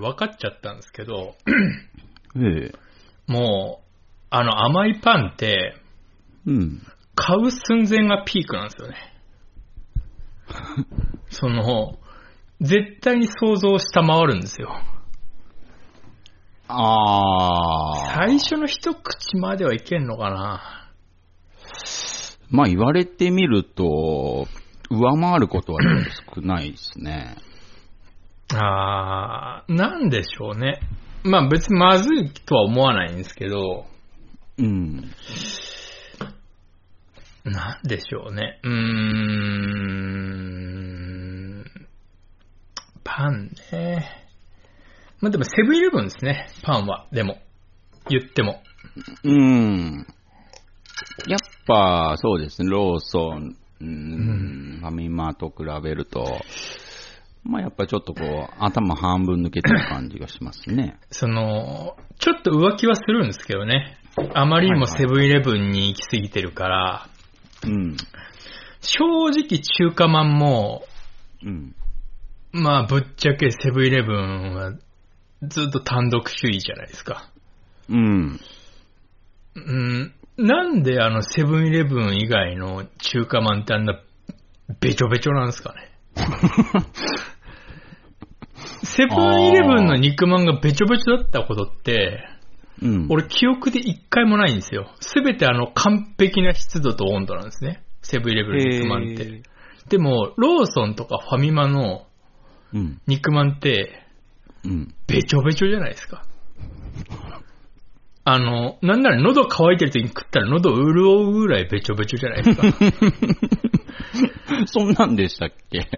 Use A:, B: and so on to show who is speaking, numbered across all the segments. A: 分かっちゃったんですけど、
B: ええ。
A: もう、あの甘いパンって、
B: うん。
A: 買う寸前がピークなんです よね。その、絶対に想像を下回るんですよ。
B: ああ。
A: 最初の一口まではいけんのかな
B: まあ言われてみると、上回ることは少ないですね。
A: あー、なんでしょうね。まあ別にまずいとは思わないんですけど、
B: うん。
A: なんでしょうね。うーん。パンね。まあでもセブンイレブンですね。パンは。でも。言っても。
B: うん。やっぱ、そうですね、ローソン、うんファミマと比べると、まあやっぱちょっとこう、頭半分抜けてる感じがしますね。
A: その、ちょっと浮気はするんですけどね。あまりにもセブンイレブンに行き過ぎてるから、
B: うん。
A: 正直中華まんも、
B: うん。
A: まあぶっちゃけセブンイレブンはずっと単独主義じゃないですか。
B: うん。
A: うん、なんであのセブンイレブン以外の中華まんってあんなべちょべちょなんですか ね。セブンイレブンの肉まんがべちょべちょだったことって、
B: うん。
A: 俺記憶で一回もないんですよ。すべてあの完璧な湿度と温度なんですね。セブンイレブンの肉まんっ
B: え
A: て
B: ー。
A: でも、ローソンとかファミマの
B: うん。
A: 肉まんって、
B: うん。
A: べちょべちょじゃないですか。あの、なんなら喉乾いてる時に食ったら喉潤うぐらいべちょべちょじゃないですか。
B: そんなんでしたっけ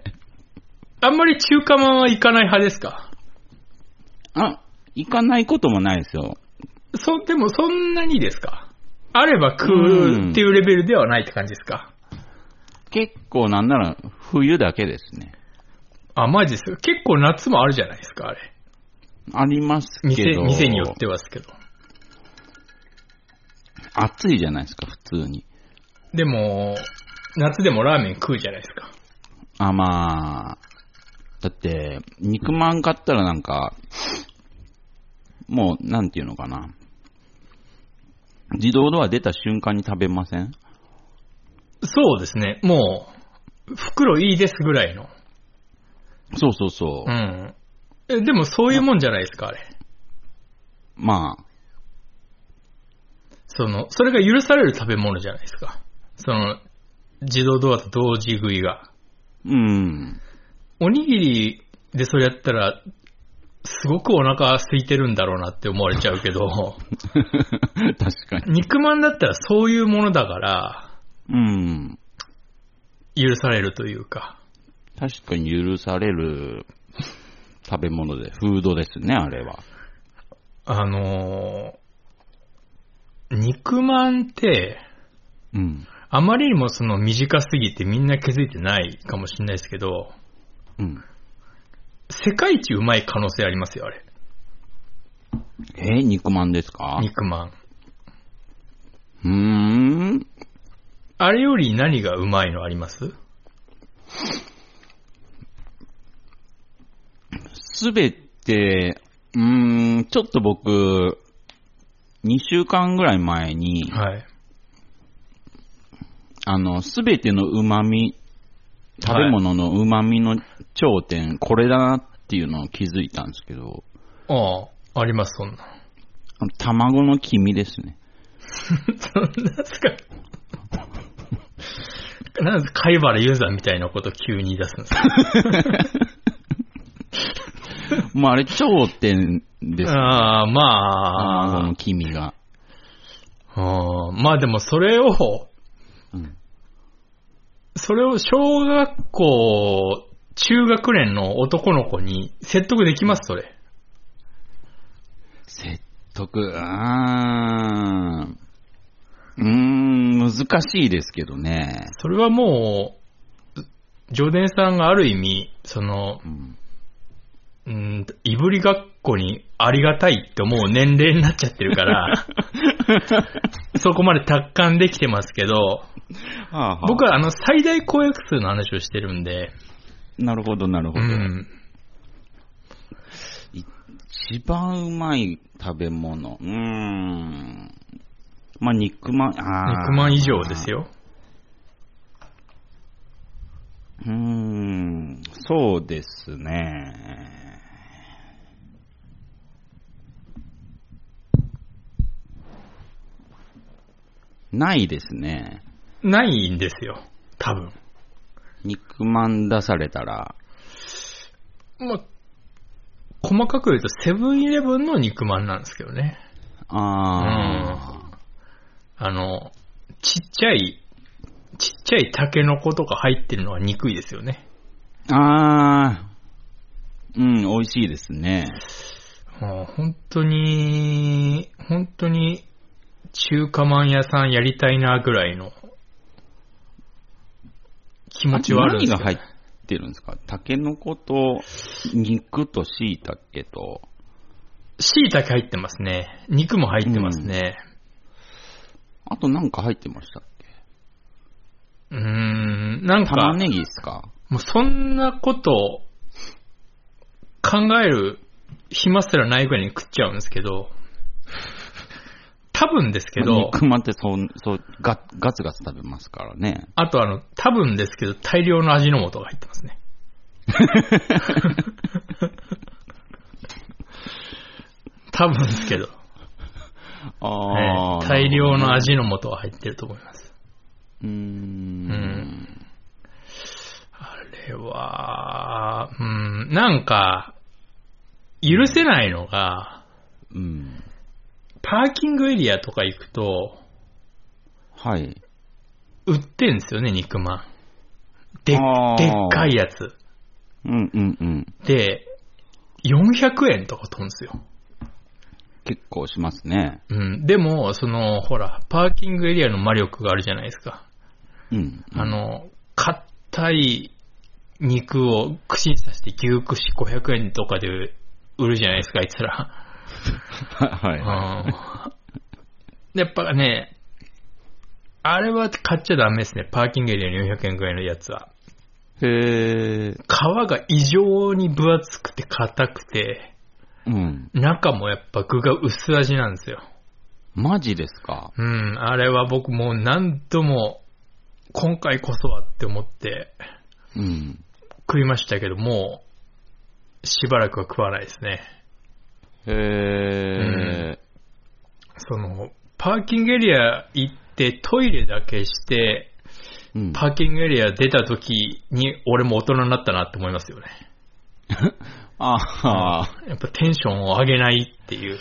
A: あんまり中華まんは行かない派ですか
B: あ、行かないこともないですよ。
A: そ、でもそんなにですかあれば食うっていうレベルではないって感じですか
B: 結構なんなら冬だけですね。
A: あ、マジですか結構夏もあるじゃないですか、あれ。
B: ありますけ
A: 店、
B: ど。
A: 店によってはですけど。
B: 暑いじゃないですか、普通に。
A: でも、夏でもラーメン食うじゃないですか。
B: あ、まあ。だって、肉まん買ったらなんか、もう、なんていうのかな。自動ドア出た瞬間に食べません
A: そうですね。もう、袋いいですぐらいの。
B: そうそうそうう。
A: ん。えでもそういうもんじゃないですか、あれ。
B: まあ、
A: その、それが許される食べ物じゃないですか。その、自動ドアと同時食いが。
B: うん。
A: おにぎりでそれやったら、すごくお腹空いてるんだろうなって思われちゃうけど、
B: 確かに。
A: 肉まんだったらそういうものだから、
B: うん。
A: 許されるというか。
B: 確かに許される食べ物で、フードですね、あれは。
A: あのー肉まんって、
B: うん。
A: あまりにもその短すぎてみんな気づいてないかもしれないですけど、
B: うん。
A: 世界一うまい可能性ありますよ、あれ。
B: えー肉まんですか
A: 肉まん。
B: うーん。
A: あれより何がうまいのあります
B: すべて、うーん、ちょっと僕、2週間ぐらい前に、
A: はい。
B: あの、すべての旨味、食べ物の旨味の頂点、これだなっていうのを気づいたんですけど、
A: ああ、あります、そんな。
B: あの卵の黄身ですね。
A: そんなすか。なんで貝原ユーザーみたいなこと急に言い出すんですか
B: もうあれ頂点です。
A: ああ、
B: 卵
A: ま
B: の黄身が。
A: あ、うんまあでもそれを、
B: うん
A: それを小学校、中学年の男の子に説得できます、それ。
B: 説得、あーうーん、難しいですけどね。
A: それはもう、ジョーデンさんがある意味、その
B: う、ん、
A: うん、いぶりがっこにありがたいって思う年齢になっちゃってる から、そこまで達観できてますけど、僕
B: は、
A: はあの最大公約数の話をしてるんで、
B: なるほど、なるほ
A: う
B: ど。
A: ん。
B: 一番うまい食べ物。うーん。まあ、肉まん、あー
A: 肉まん以上です。よ。
B: うーん、そうですね。ないですね。
A: ないんですよ。多分。
B: 肉まん出されたら。
A: まあ、細かく言うとセブンイレブンの肉まんなんですけどね。
B: あ
A: あの、ちっちゃい、ちっちゃいタケノコとか入ってるのは憎いですよね。
B: ー、あー、うん、美味しいですね。
A: もう本当に、本当に中華まん屋さんやりたいなぐらいの気持ちはあるんで
B: 何
A: す
B: が
A: けど
B: 入ってるんですかタケノコと、肉と椎茸と、
A: 椎茸入ってますね。肉も入ってますね。
B: あとなんか入ってましたっけ
A: うーん、なん
B: 玉
A: か、
B: ねぎですか
A: もうそんなこと考える暇すらないぐらいに食っちゃうんですけど、多分ですけど、
B: 肉まんってそう、そう、ガガツガツ食べますからね。
A: あとあの、多分ですけど、大量の味の素が入ってます ね。多分ですけど、
B: あ
A: はい大量の。味の素が入ってると思います。
B: うー。
A: うんあれは、うん、なんか、許せないのが、
B: うん。
A: パーキングエリアとか行くと、
B: はい。
A: 売ってんですよね、肉まん。でっ
B: あー
A: でっかいやつ。
B: うんうんうん。
A: で、400円とか飛んですよ。
B: 結構しますね。
A: うん。でも、その、ほら、パーキングエリアの魔力があるじゃないですか。
B: うん。
A: あの、硬い肉を串に刺して牛串500円とかで売るじゃないですか、あいつら。
B: は
A: うん。
B: い。
A: でやっぱね、あれは買っちゃダメですね。パーキングエリアの400円ぐらいのやつは。
B: へえ。
A: 皮が異常に分厚くて硬くて、
B: うん。
A: 中もやっぱ具が薄味なんですよ。
B: マジですか
A: うん、あれは僕もう何度も、今回こそはって思って
B: うん。
A: 食いましたけど、もう、しばらくは食わないですね。
B: へえ。
A: その、パーキングエリア行ってトイレだけして、
B: うん。
A: パーキングエリア出た時に俺も大人になったなって思いますよね。
B: あー
A: やっぱテンションを上げないっていう。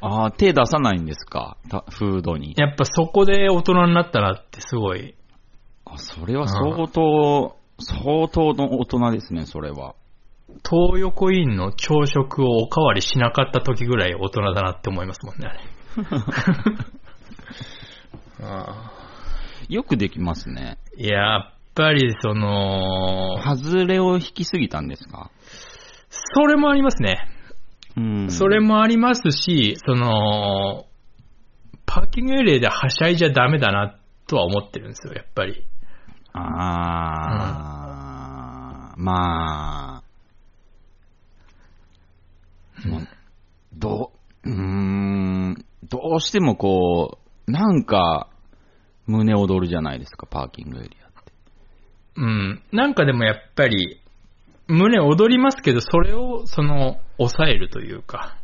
B: あー、手出さないんですかたフードに。
A: やっぱそこで大人になったなってすごい
B: あ、それは相当、相当の大人ですね、それは。
A: 東横インの朝食をおかわりしなかった時ぐらい大人だなって思いますもんね、あれ。 あ
B: よくできますね。
A: ーやっぱり、その、
B: 外れを引きすぎたんですか
A: それもありますね。
B: うん。
A: それもありますし、その、パーキングエリアではしゃいじゃダメだなとは思ってるんですよ、やっぱり。
B: ああ、まあ、もうどう、うーん、どうしてもこう、なんか、胸躍るじゃないですか、パーキングエリアって。
A: うん。なんかでもやっぱり、胸躍りますけど、それを、その、抑えるというか。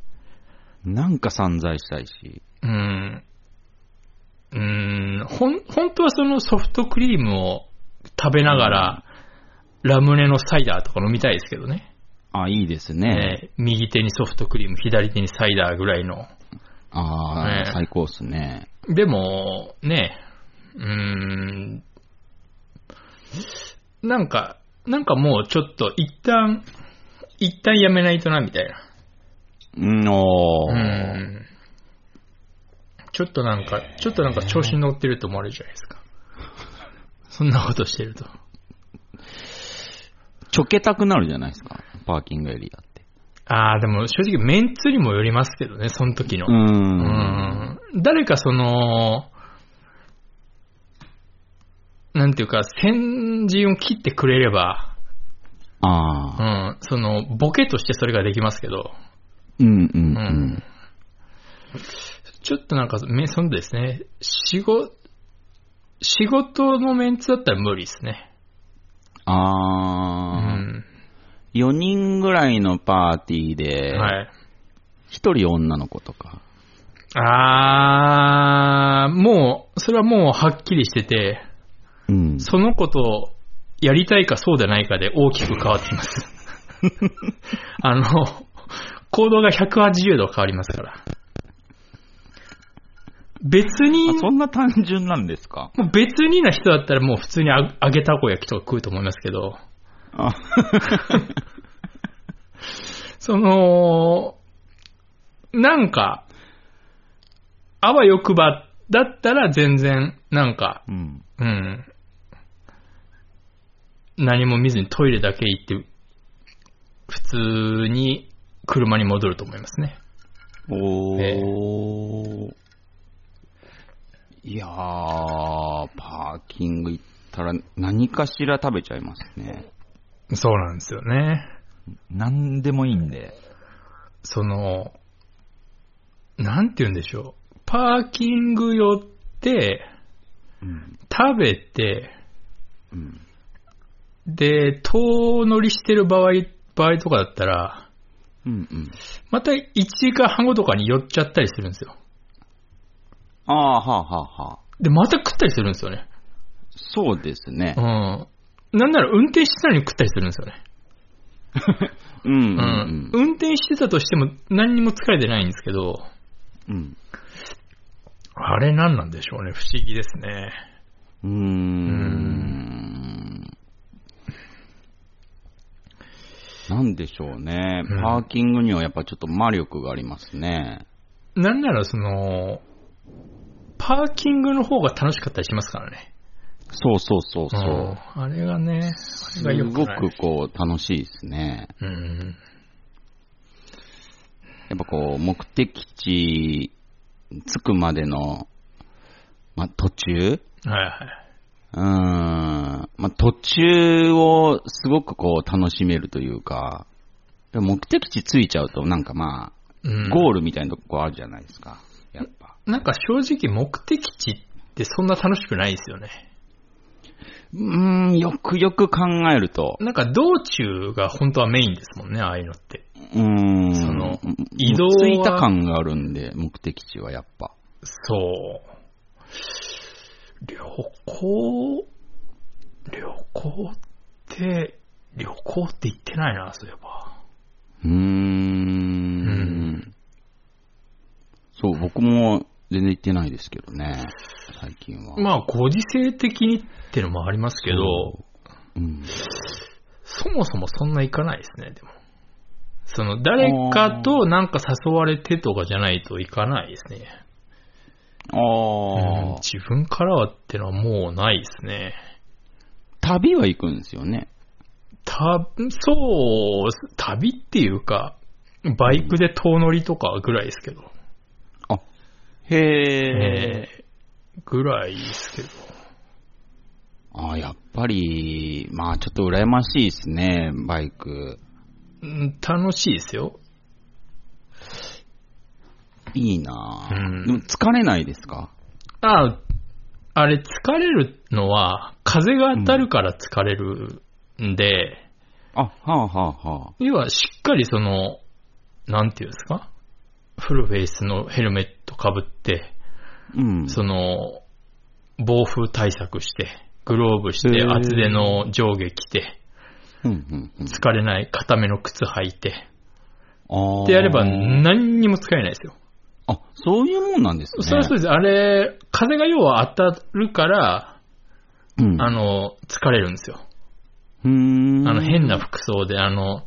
B: なんか散財したいし。
A: うん。うん、ほん、本当はそのソフトクリームを食べながら、ラムネのサイダーとか飲みたいですけどね。
B: あ、いいですね。
A: えー右手にソフトクリーム、左手にサイダーぐらいの。
B: ああ、
A: ね
B: 最高っすね。
A: でも、ね、うーん、なんか、なんかもうちょっと一旦、一旦やめないとな、みたいな。
B: うん、おー。
A: うん。ちょっとなんか、ちょっとなんか調子に乗ってると思われるじゃないですか。 そんなことしてると。
B: ちょけたくなるじゃないですか、パーキングエリアって。
A: ああ、でも正直メンツにもよりますけどね、その時の。
B: う。
A: うんん。誰かその、なんていうか、先陣を切ってくれれば、
B: あ
A: う
B: あ。
A: ん、その、ボケとしてそれができますけど、
B: うんうん
A: う
B: うん
A: ん。ちょっとなんか、め、そうですね。仕事、仕事のメンツだったら無理ですね。う
B: あ
A: ん。
B: ー、4人ぐらいのパーティーで、
A: はい。
B: 1人女の子とか。
A: あー、もう、それはもうはっきりしてて、
B: うん。
A: その子とやりたいかそうじゃないかで大きく変わってい ます。あの、行動が180度変わりますから。別に
B: あ、そんな単純なんですか
A: もう別にな人だったらもう普通にあ揚げたこ焼きとか食うと思いますけど、
B: あ
A: その、なんか、あわよくばだったら全然、なんか、
B: うん。
A: うん。何も見ずにトイレだけ行って、普通に車に戻ると思いますね。
B: おー。いやー、パーキング行ったら何かしら食べちゃいますね。
A: そうなんですよね。
B: 何でもいいんで。
A: その、なんて言うんでしょう。パーキング寄って、
B: うん。
A: 食べて、
B: うん。
A: で、遠乗りしてる場合、場合とかだったら、
B: うんうん。
A: また1時間半後とかに寄っちゃったりするんですよ。
B: ああ、はあはあはあ。
A: で、また食ったりするんですよね。
B: そうですね
A: う。ん。なんなら運転してたのに食ったりするんですよね。
B: う
A: う
B: んう
A: んん。
B: うん。
A: 運転してたとしても何にも疲れてないんですけど、
B: うん。
A: あれ何なんでしょうね。不思議ですね。
B: うーん。なんでしょうね。
A: うん
B: パーキングにはやっぱちょっと魔力がありますね。
A: なんならその、パーキングの方が楽しかったりしますからね。
B: そうそうそうそう。
A: んあれがね、あれ
B: す
A: が良く
B: ご
A: ない
B: くこう楽しいですね。
A: うん。
B: やっぱこう目的地着くまでの、まあ、途中
A: はいはい。
B: うーん。まあ、途中をすごくこう楽しめるというか、目的地着いちゃうとなんかま
A: うん
B: あ、ゴールみたいなとこあるじゃないですか。やっぱ。
A: なんか正直目的地ってそんな楽しくないですよね。
B: うーん、よくよく考えると。
A: なんか道中が本当はメインですもんね、ああいうのって。
B: うーん。
A: その
B: うん
A: 移動は
B: 着いた感があるんで、目的地はやっぱ。
A: そう。旅行、旅行って、旅行って言ってないな、そういえば。
B: うーん。そう、僕も全然行ってないですけどね。最近は。
A: まあ、ご時世的にってのもありますけど、
B: うん。
A: そもそもそんな行かないですね、でも。その、誰かとなんか誘われてとかじゃないと行かないですね。うん
B: ああ、
A: 自分からはってのはもうないですね。
B: 旅は行くんですよね。
A: た、そう、旅っていうか、バイクで遠乗りとかぐらいですけど。
B: へえ。
A: ぐらいですけど。
B: あーやっぱり、まあちょっと羨ましいですね、バイク。
A: うん楽しいですよ。
B: いいなぁ、
A: うん
B: でも疲れないですか
A: あ、あれ疲れるのは、風が当たるから疲れるんで、
B: あ、はあはあはあ。
A: 要はしっかりその、なんていうんですかフルフェイスのヘルメットかぶって、
B: うん。
A: その、暴風対策して、グローブし
B: へ
A: て、
B: ー
A: 厚手の上下着て、
B: うんうんうん。
A: 疲れない固めの靴履いて、
B: ああ。
A: ってやれば何にも疲れないですよ。
B: あ、そういうもんなんですね。
A: それはそうです。あれ、風が要は当たるから、
B: うん。
A: あの、疲れるんですよ。
B: うーん。
A: あの、変な服装で、あの、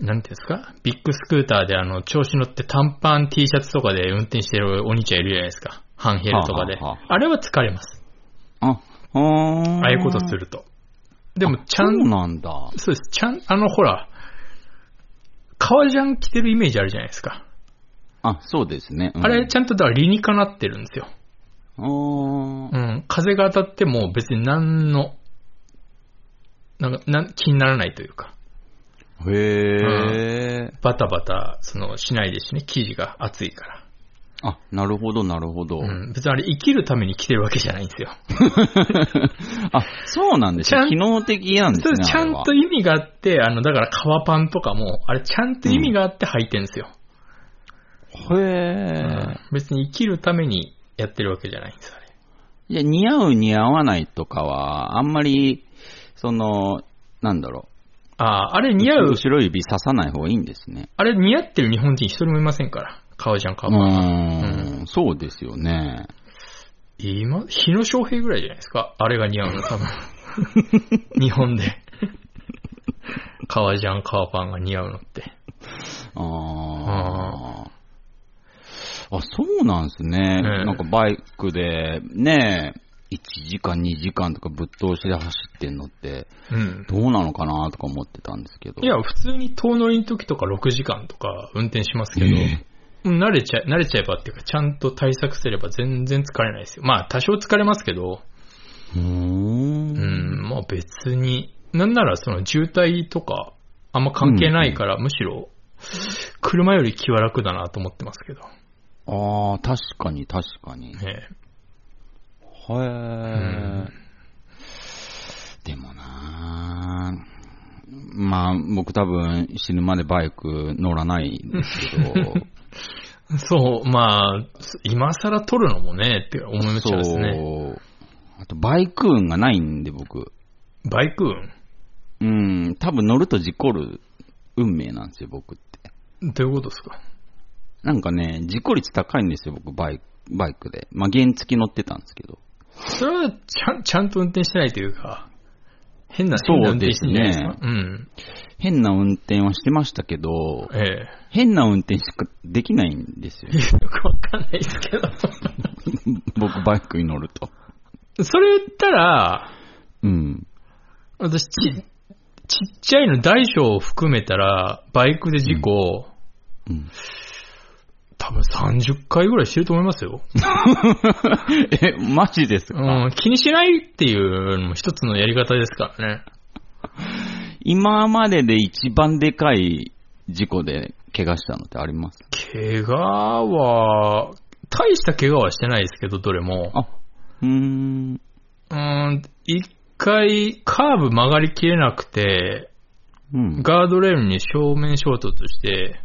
A: なんていうんですかビッグスクーターで、あの、調子乗って短パン T シャツとかで運転してるお兄ちゃんいるじゃないですか。半ヘルとかで。
B: はあはあは
A: あれは疲れます。
B: あ、あー
A: ああいうことす。ると。でも、ちゃ、
B: そうんなんだ。
A: そうです。ちゃん、あの、ほら、革ジャン着てるイメージあるじゃないですか。
B: あ、そうですね。うん
A: あれ、ちゃんとだから理にかなってるんですよ。
B: あ
A: う
B: ー
A: ん、風が当たっても別に何の、なんか、なん気にならないというか。
B: へえ。
A: バタバタ、その、しないですしね、生地が厚いから。
B: あ、なるほど、なるほど。
A: うん。別にあれ、生きるために着てるわけじゃないんですよ。
B: あ、そうなんです
A: ちゃ
B: ね。
A: ん
B: 機能的なんです
A: それ
B: ね。
A: ちゃん
B: あ
A: と
B: れは
A: 意味があって、あの、だから革パンとかも、あれ、ちゃんと意味があって履いてるんですよ。う
B: へ
A: ん
B: え。
A: 別に生きるためにやってるわけじゃないんです、あれ。
B: いや、似合う、似合わないとかは、あんまり、その、なんだろ
A: ああ、あれ
B: う。
A: 似合う、
B: 後ろ指刺さない方がいいんですね。
A: あれ似合ってる日本人一人もいませんから。革ジャン、
B: う
A: 革パン。
B: ーん、そうですよね。
A: 今、日野翔平ぐらいじゃないですか。あれが似合うの、多 分。日本で。革ジャン、革パンが似合うのって。
B: ああ。あ、そうなんですね。
A: ええ
B: なんかバイクで、ねえ、1時間、2時間とかぶっ通しで走ってんのって、
A: うん。
B: どうなのかなとか思ってたんですけど。
A: いや、普通に遠乗りの時とか6時間とか運転しますけど、
B: え
A: うん慣れちゃ、慣れちゃえばっていうか、ちゃんと対策すれば全然疲れないですよ。まあ、多少疲れますけど、
B: え、うー。
A: うんん、まあ別に、なんならその渋滞とか、あんま関係ないから、むしろ、車より気は楽だなと思ってますけど、
B: ああ、確かに、確かに。へ
A: ね。
B: え。でもなあまあ、僕多分死ぬまでバイク乗らないんで すけど、
A: そう、まあ、す今更撮るのもね、って思いちゃうんですね。
B: そう。あと、バイク運がないんで、僕。
A: バイク運
B: うん、多分乗ると事故る運命なんですよ、僕って。
A: どういうことですか
B: なんかね、事故率高いんですよ、僕、バイク、バイクで。まあ、原付き乗ってたんですけど。
A: それはちゃん、ちゃんと運転してないというか、変な、
B: そう
A: 変な運転してんじゃないですか
B: で。
A: うん。
B: 変な運転はしてましたけど、
A: ええ。。
B: 変な運転しかできないんですよ
A: よくわかんないですけど。
B: 僕、バイクに乗ると。
A: それ言ったら、
B: うん。
A: 私、ち、ちっちゃいの大小を含めたら、バイクで事故、
B: うん、
A: 多分30回ぐらいしてると思いますよ。
B: え、マジですか、
A: うん、気にしないっていうのも一つのやり方ですからね。
B: 今までで一番でかい事故で怪我したのってあります
A: 怪我は、大した怪我はしてないですけど、どれも。
B: あ、うーん。
A: うーん、一回、カーブ曲がりきれなくて、
B: うん。
A: ガードレールに正面衝突して、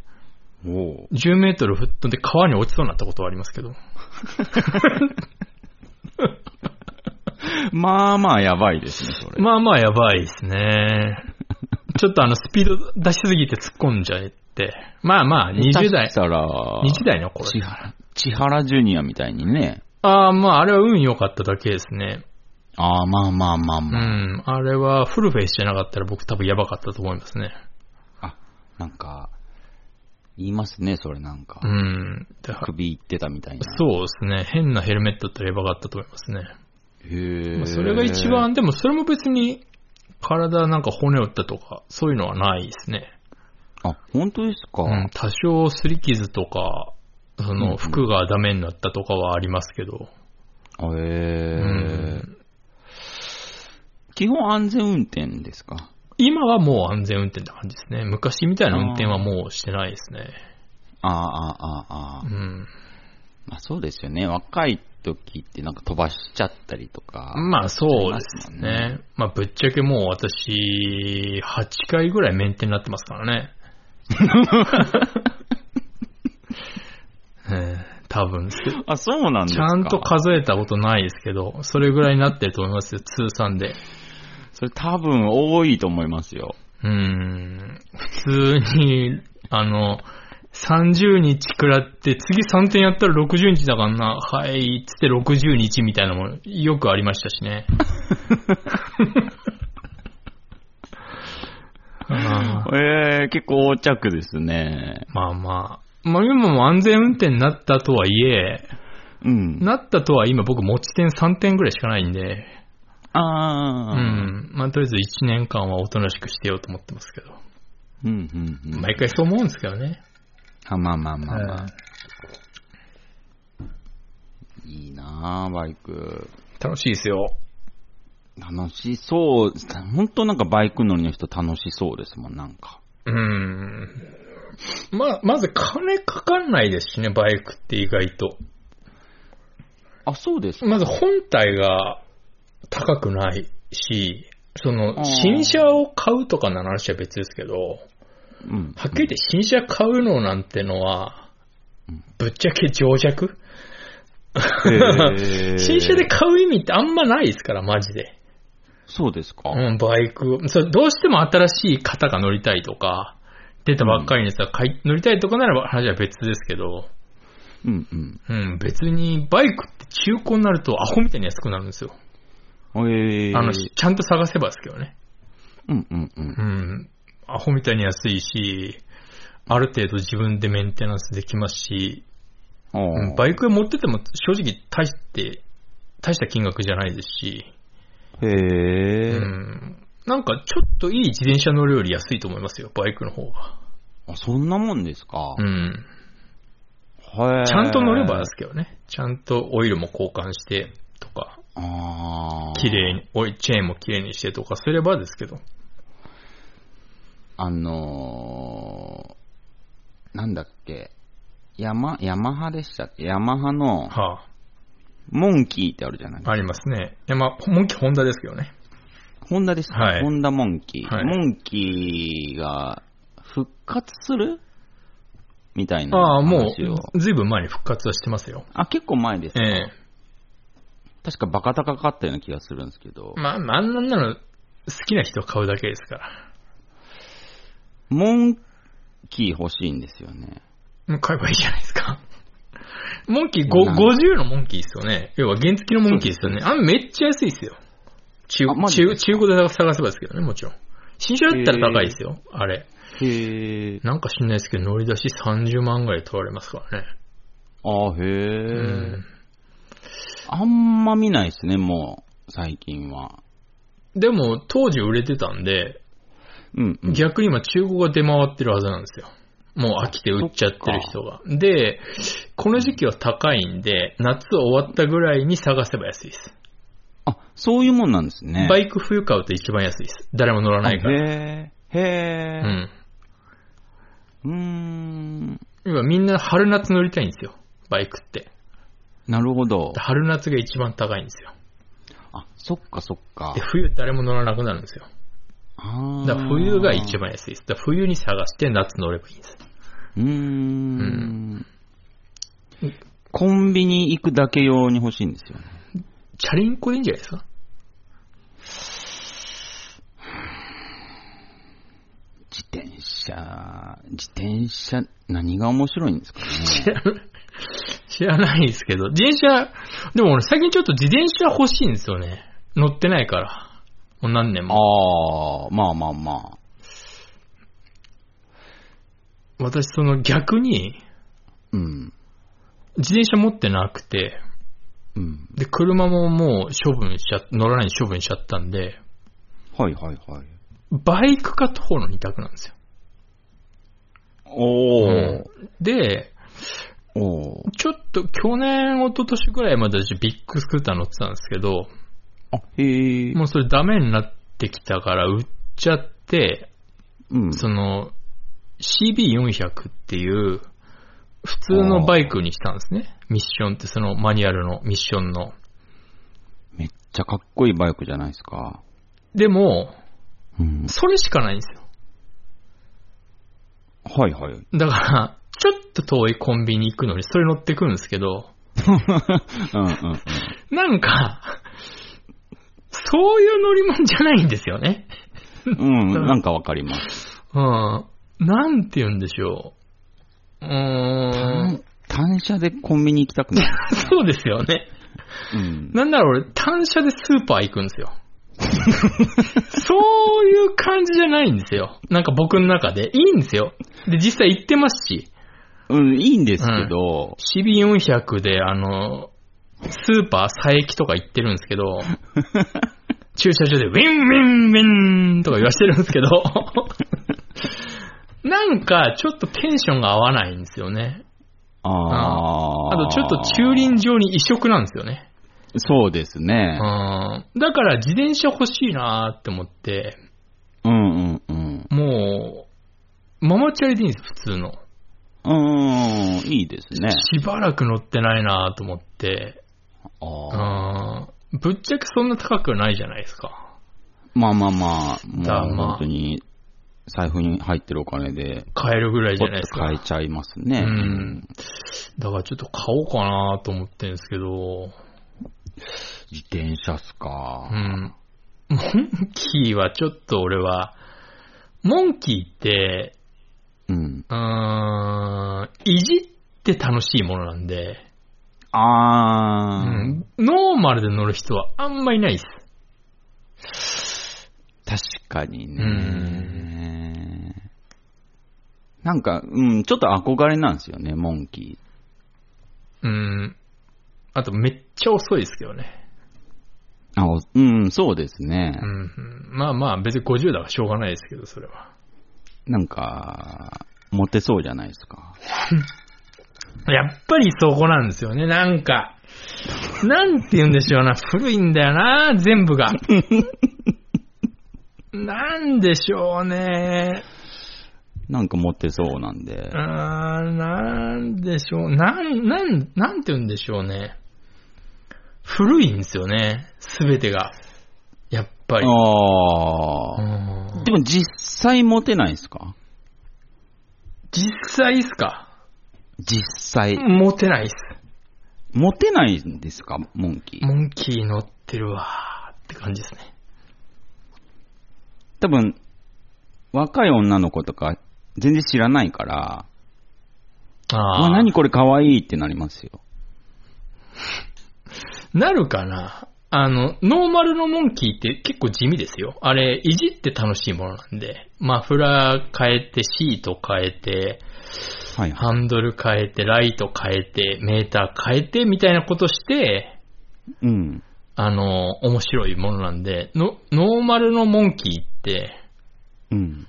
B: おう
A: 10メートル吹っ飛んで川に落ちそうになったことはありますけど。
B: まあまあやばいですね、それ。
A: まあまあやばいですね。ちょっとあの、スピード出しすぎて突っ込んじゃって。まあまあ、20代
B: し、たら、
A: 20代の頃
B: 千。原、千原ジュニアみたいにね。
A: ああ、まああれは運良かっただけですね。
B: ああ、まあまあまあ
A: う
B: まあ。
A: ん。あれはフルフェイスじゃなかったら僕多分やばかったと思いますね。
B: あ、なんか、言いますね、それなんか
A: う。ん。だから
B: 首いってたみたいな。
A: そうですね。変なヘルメットだったらやばかったと思いますね。
B: へえ。
A: まあそれが一番、でもそれも別に体なんか骨折ったとか、そういうのはないですね。
B: あ、本当ですか、
A: うん、多少擦り傷とか、そ
B: うんう
A: の
B: ん
A: 服がダメになったとかはありますけど、
B: あへえ、
A: うん
B: 基本安全運転ですか
A: 今はもう安全運転って感じですね。昔みたいな運転はもうしてないですね。
B: ああ、ああ、ああ
A: う。ん、
B: まあそうですよね。若い時ってなんか飛ばしちゃったりとか。
A: まあそうです
B: ありますもん
A: ね。まあぶっちゃけもう私、8回ぐらいメンテになってますから ね。ええ多分ち
B: あ、そうなんですか
A: ゃんと数えたことないですけど、それぐらいになってると思いますよ、通算で。
B: それ多分多いと思いますよ。
A: うーん、普通に、あの、30日食らって、次3点やったら60日だからな、はい、つって60日みたいなのもよくありましたし ね。あー
B: ええ結構横着ですね。
A: まあまあ。まあ今も安全運転になったとはいえ、
B: うん。
A: なったとは今僕持ち点3点ぐらいしかないんで、う
B: ああ。。
A: ん。まあとりあえず1年間はおとなしくしてようと思ってますけど。
B: うん、うん、うん。
A: 毎回そう思うんですけどね。
B: あまあまあまあまあ
A: うん。
B: いいなあバイク。
A: 楽しいですよ。
B: 楽しそう。本当なんかバイク乗りの人楽しそうですもん、なんか。
A: うん。まあ、まず金かかんないですしね、バイクって意外と。
B: あ、そうですか。
A: まず本体が高くないし、そ
B: あー
A: の、新車を買うとかなら話は別ですけど、
B: うん。
A: はっきり言って新車買うのなんてのは
B: うん、
A: ぶっちゃけ情弱
B: へー
A: 新車で買う意味ってあんまないですから、マジで。
B: そうですか。
A: うん、バイク。そう、どうしても新しい方が乗りたいとか、出たばっかりのやつが買い乗りたいとかならば話は別ですけど、
B: うんうん。
A: うん、別にバイクって中古になるとアホみたいに安くなるんですよ。
B: えー、
A: あの、ちゃんと探せばですけどね。
B: うんうんう
A: う。
B: ん
A: ん、アホみたいに安いし、ある程度自分でメンテナンスできますし、うん
B: あー
A: バイクを持ってても正直大して、大した金額じゃないですし、
B: へえ、
A: うん、なんかちょっといい自転車乗るより安いと思いますよ、バイクの方が。
B: あ、そんなもんですか。
A: うん。
B: へー
A: ちゃんと乗ればですけどね。ちゃんとオイルも交換してとか、
B: ああ。
A: 綺麗に、オイルチェーンも綺麗にしてとかすればですけど。
B: あのー、なんだっけ、ヤマ、ヤマハでしたっけヤマハの、
A: は
B: モンキーってあるじゃない
A: あ、ありますね。いや、まあ、モンキホンダですけどね。
B: ホンダですか、
A: はい
B: ホンダモンキー。
A: はい
B: モンキーが復活するみたいな
A: ああ、
B: 話を。
A: もう、ずいぶん前に復活はしてますよ。
B: あ、結構前です
A: え。え
B: 確かバカ高かったような気がするんですけど、
A: まあ、まああんなんなの、好きな人は買うだけですから。
B: モンキー欲しいんですよね。
A: もう買えばいいじゃないですか。 モンキーご
B: なん
A: 50のモンキーですよね。要は原付きのモンキーですよね。あんめっちゃ安いですよ。中
B: あマジで
A: 中中古で探せばですけどね、もちろん。新車だったら高いですよ、あれ。
B: へえ。
A: なんか知んないですけど、乗り出し30万ぐらい取られますからね。
B: あーへ
A: う
B: え、
A: ん。
B: あんま見ないですね、もう、最近は。
A: でも、当時売れてたんで、
B: うん、うん。
A: 逆に今中古が出回ってるはずなんですよ。もう飽きて売っちゃってる人が。で、この時期は高いんで、夏終わったぐらいに探せば安いです。
B: あ、そういうもんなんですね。
A: バイク冬買うと一番安いです。誰も乗らないから。
B: へえ。へ
A: うん。
B: え。うーん。
A: 今みんな春夏乗りたいんですよ。バイクって。
B: なるほど。
A: 春夏が一番高いんですよ。
B: あ、そっかそっか
A: で、。冬誰も乗らなくなるんですよ。
B: あー
A: だから冬が一。番安いです。だから冬に探して夏乗ればいいんです。
B: うーん。コンビニ行くだけ用に欲しいんですよね。
A: チャリンコでいいんじゃないですか
B: 自転車、自転車、何が面白いんですかね。
A: 知らない 知らないですけど。自転車、でも俺最近ちょっと自転車欲しいんですよね。乗ってないから。もう何年も。
B: ああ、まあまあまあ。
A: 私その逆に、
B: うん。
A: 自転車持ってなくて、
B: うん。
A: で、車ももう処分しちゃ、乗らないで処分しちゃったんで、
B: はいはいはい。
A: バイクか徒歩の二択なんですよ。
B: おー。
A: で、
B: おー。
A: ちょっと去年、一昨年ぐらいまで私ビッグスクーター乗ってたんですけど、
B: あ、へえ。
A: もうそれダメになってきたから売っちゃって、
B: うん。
A: その、CB400 っていう、普通のバイクにしたんですね。ミッションって、そのマニュアルのミッションの。
B: めっちゃかっこいいバイクじゃないですか。
A: でも、
B: うん。
A: それしかないんですよ。
B: はい はい。
A: だから、ちょっと遠いコンビニ行くのにそれ乗ってくるんですけど、
B: うんうんうん。
A: なんか、そういう乗り物じゃないんですよね。
B: うん、なんかわかります。
A: うん。なんて言うんでしょう。うーん。
B: 単車でコンビニ行きたくない。
A: そうですよね。
B: うん。
A: なんだろう、俺、単車でスーパー行くんですよ。 そういう感じじゃないんですよ。なんか僕の中で。いいんですよ。で、実際行ってますし。
B: うん、いいんですけど、
A: CB400 で、あの、スーパー佐伯とか行ってるんですけど、駐車場でウィンウィンウィンとか言わしてるんですけど、なんかちょっとテンションが合わないんですよね。
B: あ
A: あとちょっと駐輪場に異色なんですよね。
B: そうですね。
A: うん。だから自転車欲しいなーって思って、
B: うんうんうん。
A: もママチャリでいいんです、普通の。
B: うーん、いいですね。
A: しばらく乗ってないなと思って、
B: ああ。
A: うん。ぶっちゃけそんな高くないじゃないですか。
B: まあまあまあ、もう
A: だからまあ
B: 本当に、財布に入ってるお金で、
A: 買えるぐらいじ
B: ポ
A: ゃない
B: ッ
A: です
B: と
A: か
B: 買。えちゃいますね。
A: うんだからちょっと買おうかなと思ってるんですけど、
B: 自転車っす
A: う
B: か。
A: ん。モンキーはちょっと俺は、モンキーって、
B: うん。
A: うーん、いじって楽しいものなんで、う
B: あー、
A: ん、ノーマルで乗る人はあんまいないです。
B: 確かに
A: う
B: ね。なんか、うん、ちょっと憧れなんですよね、モンキー。
A: うん。あとめっちゃ遅いですけどね。
B: あおうん、そうですね
A: う。んうん。まあまあ別に50だからしょうがないですけど、それは。
B: なんか、モテそうじゃないですか。
A: やっぱりそこなんですよね。なんか、なんて言うんでしょうな。古いんだよな、全部が。なんでしょうね。
B: なんかモテそうなんで
A: うー。ん、なんでしょう。なん、なん、なんて言うんでしょうね。古いんですよね。すべてが。やっぱり。う
B: ああ。
A: ん
B: でも実際モテないですか
A: 実際っすか
B: 実際。
A: モテないっす。
B: モテないんですかモンキー。
A: モンキー乗ってるわーって感じですね。
B: 多分、若い女の子とか全然知らないから、
A: あ
B: あ
A: あ。
B: 何これ可愛いってなりますよ。
A: なるかなあの、ノーマルのモンキーって結構地味ですよ。あれ、いじって楽しいものなんで。マフラー変えて、シート変えて、
B: はいはい。
A: ハンドル変えて、ライト変えて、メーター変えて、みたいなことして、
B: うん。
A: あの、面白いものなんで、のノーマルのモンキーって、
B: うん。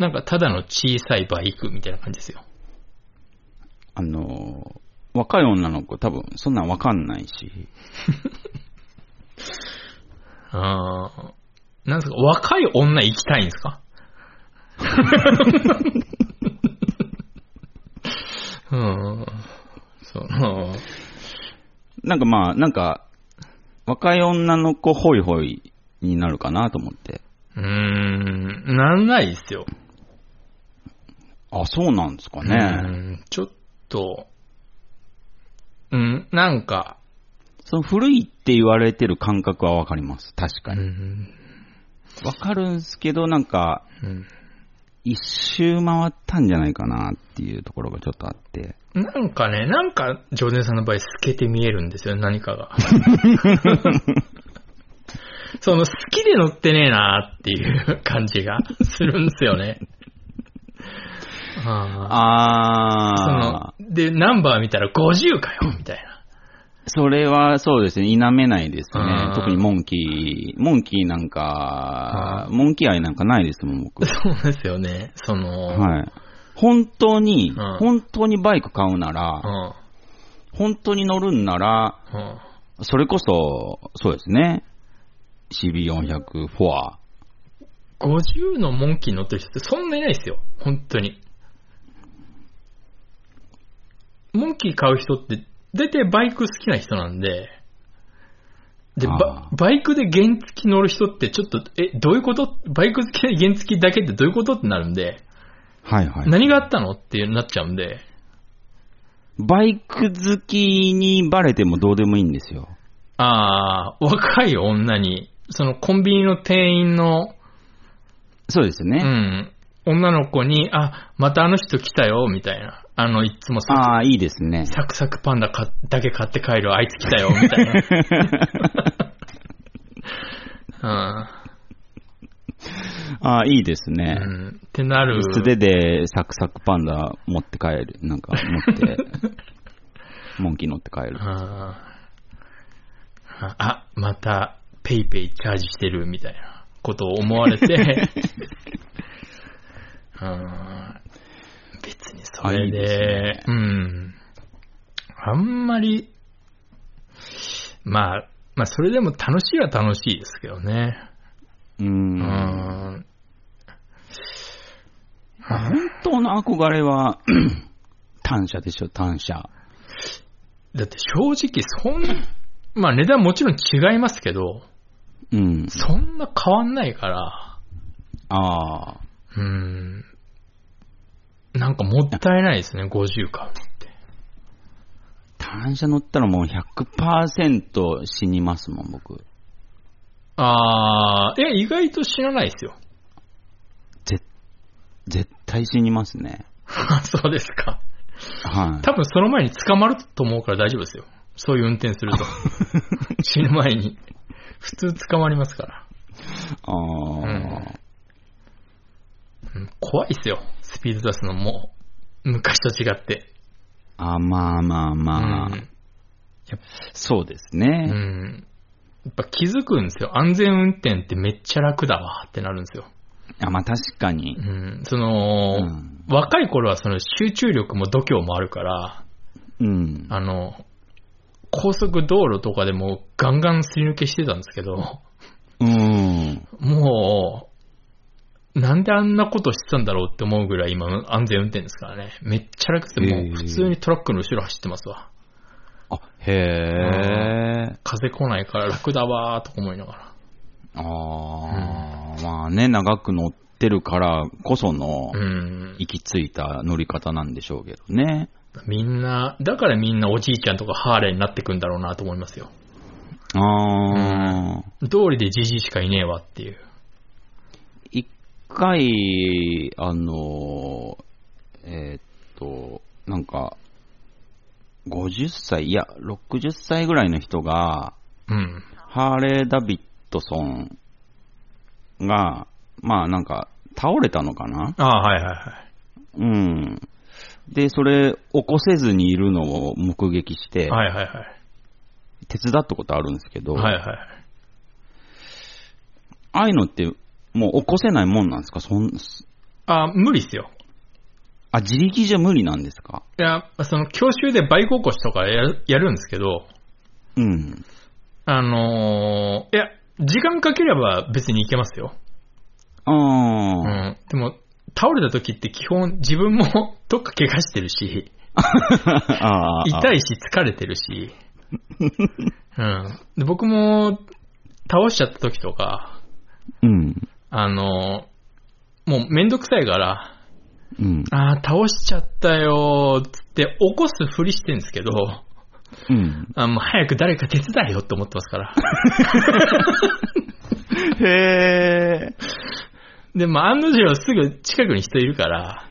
A: なんかただの小さいバイクみたいな感じですよ。
B: あのー、若い女の子多分そんなんわかんないし。
A: あーなんですか、若い女行きたいんですかうん。その、
B: なんかまあ、なんか、若い女の子ホイホイになるかなと思って。
A: うーん、なんないですよ。
B: あ、そうなんですか
A: う
B: ね。
A: んちょっと、うん、なんか、
B: その古いって言われてる感覚はわかります。確
A: う
B: かに。
A: ん、
B: わかるんですけど、なんか、
A: うん
B: 一周回ったんじゃないかなっていうところがちょっとあって。
A: なんかね、なんか、ジョネさんの場合、透けて見えるんですよ、何か が。その、好きで乗ってねえなーっていう感じがするんですよね。ああ
B: あー、
A: その、で、ナンバー見たら50かよ、みたいな。
B: それはそうですね、否めないですね
A: あー。
B: 特にモンキー、モンキーなん
A: あ、
B: かモンキー愛なんかないですもん、僕。
A: そうですよね、その、
B: はい。本当に、
A: うん
B: 本当にバイク買うな
A: う
B: ら、
A: ん、
B: 本当に乗るんなら、
A: うん。
B: それこそ、そうですね。CB400 フォア。
A: 50のモンキー乗ってる人ってそんないないですよ。本当に。モンキー買う人って、大体バイク好きな人なんで、で、バ
B: あー
A: バイクで原付き乗る人ってちょっと、え、どういうことバイク好きで原付きだけってどういうことってなるんで、
B: はいはい。
A: 何があったのっていうなっちゃうんで、
B: バイク好きにバレてもどうでもいいんですよ。
A: あー、若い女に、そのコンビニの店員の、
B: そうです
A: う
B: ね。
A: ん、女の子に、あ、またあの人来たよ、みたいな。あの、いつもさ
B: ああ、いいですね。
A: サクサクパンダかだけ買って帰る、あいつ来た よ、みたい な。
B: ああ、いいです
A: うん。
B: ね。
A: うん。ってなる。
B: 素手でサクサクパンダ持って帰る。なんか持 って、モンキー乗って帰る
A: う。んあ、また、ペイペイチャージしてる、みたいなことを思われ て。うん。別にそれで、
B: あいいですね
A: うん。あんまり、まあ、まあ、それでも楽しいは楽しいですけどね。
B: うー。
A: うんん
B: 本当の憧れは、 単車でしょ、単車。
A: だって正直そん、まあ値段もちろん違いますけど、
B: うん。
A: そんな変わんないから、
B: ああ。
A: うん。なんかもったいないですね、50買うのって。
B: 単車乗ったらもう100%死にますもん、僕。
A: あー、え、意外と死なないですよ。
B: 絶、絶対死にますね。
A: そうですか。
B: はい。
A: 多分その前に捕まると思うから大丈夫ですよ。そういう運転すると。死ぬ前に。普通捕まりますから。
B: ああ、
A: うんうん怖いですよ。スピード出すのも、昔と違って。
B: あ、まあまあまあ、
A: うん
B: そうです
A: う
B: ね。
A: ん。やっぱ気づくんですよ。安全運転ってめっちゃ楽だわってなるんですよ。
B: あまあ確かに
A: う。ん。その、
B: うん
A: 若い頃はその集中力も度胸もあるから、
B: うん。
A: あの、高速道路とかでもガンガンすり抜けしてたんですけど、
B: うん。
A: もう、なんであんなことしてたんだろうって思うぐらい今安全運転ですからね。めっちゃ楽ですよ。も
B: へー
A: う普通にトラックの後ろ走ってますわ。
B: あ、へえ。
A: 風来ないから楽だわーとか思いながら。
B: ああ、まあね、長く乗ってるからこその
A: う、ん。
B: 行き着いた乗り方なんでしょうけどね。
A: みんな、だからみんなおじいちゃんとかハーレーになってくんだろうなと思いますよ。
B: ああ、
A: 道理でじじいしかいねえわっていう。
B: 一回、あの、えーっと、なんか、50歳、いや、60歳ぐらいの人が、
A: うん。
B: ハーレー・ダビッドソンが、まあなんか、倒れたのかな
A: ああ、はいはいはい。
B: うん。で、それ、起こせずにいるのを目撃して、
A: はいはいはい。
B: 手伝ったことあるんですけど、
A: はい
B: あ
A: はい。
B: あいうのって、もう起こせないもんなんですかそん
A: ああ、無理っすよ。
B: あ、自力じゃ無理なんですか
A: いや、その教習でバイク起こしとかやるやるんですけど、
B: うん。
A: あのーいや、時間かければ別にいけますよ。
B: あ
A: う
B: ー、
A: ん。でも、倒れた時って基本自分も どっか怪我してるし、
B: あー。
A: 痛いし疲れてる し、うん。で僕も倒しちゃった時とか、
B: うん。
A: あのーもうめんどくさいから、
B: うん。
A: あー倒しちゃったよーっつって起こすふりしてんですけど、
B: うん。
A: あもう早く誰か手伝えよって思ってますから。
B: へえ。
A: でも案の定すぐ近くに人いるから、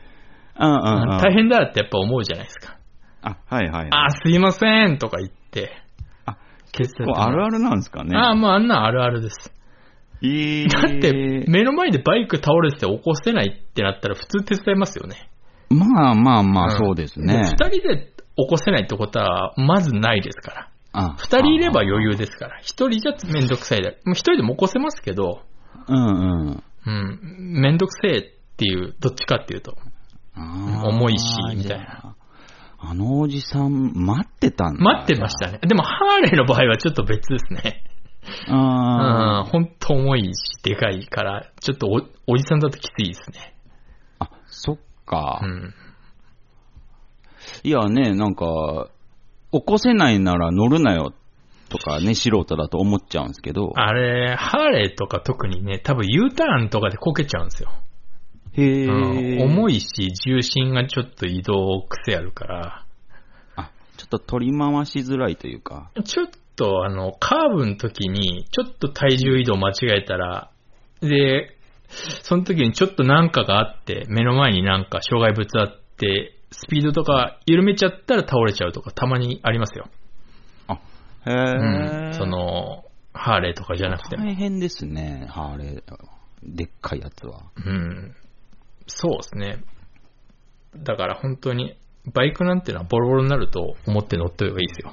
B: ああ、あ
A: 大。変だってやっぱ思うじゃないですか。
B: あ、はいはい。
A: あー、すいませんとか言って。
B: あ、
A: 結
B: こうあるあるなんですかね。
A: ああ、もうあんなんあるあるです。
B: いい。
A: だって、目の前でバイク倒れてて起こせないってなったら普通手伝いますよね。
B: まあまあま
A: ん
B: あ、そうです
A: もう
B: ね。
A: 二人で起こせないってことは、まずないですから。
B: あ
A: 二人いれば余裕ですから。一人じゃめんどくさいだ。もう一人でも起こせますけど、
B: うんうん。
A: うん、めんどくせえっていう、どっちかっていうと。
B: あー
A: 重いしみ
B: じ
A: た
B: ゃ
A: い
B: あ
A: な
B: あのおじさん、待ってたんだ。
A: 待ってましたね。でも、ハーレーの場合はちょっと別ですね。
B: あ
A: うん、ほんと重いし、でかいから、ちょっとおおじさんだときついですね。
B: あ。あ、そっか。
A: うん。
B: いやね、なんか、起こせないなら乗るなよとかね、素人だと思っちゃうんですけど。
A: あれ、ハーレーとか特にね、多分 U ターンとかでこけちゃうんですよ。
B: へえ、
A: うん、重いし、重心がちょっと移動癖あるから、
B: あ、ちょっと取り回しづらいというか。
A: ちょっとあの、カーブの時に、ちょっと体重移動間違えたら、で、その時にちょっとなんかがあって、目の前になんか障害物あって、スピードとか緩めちゃったら倒れちゃうとか、たまにありますよ。
B: あ、へ
A: う
B: え、
A: ん、その、ハーレーとかじゃなくても。
B: 大変ですね、ハーレー。でっかいやつは。
A: うん。そうですね。だから本当に、バイクなんてのはボロボロになると思って乗っといた方がいいですよ。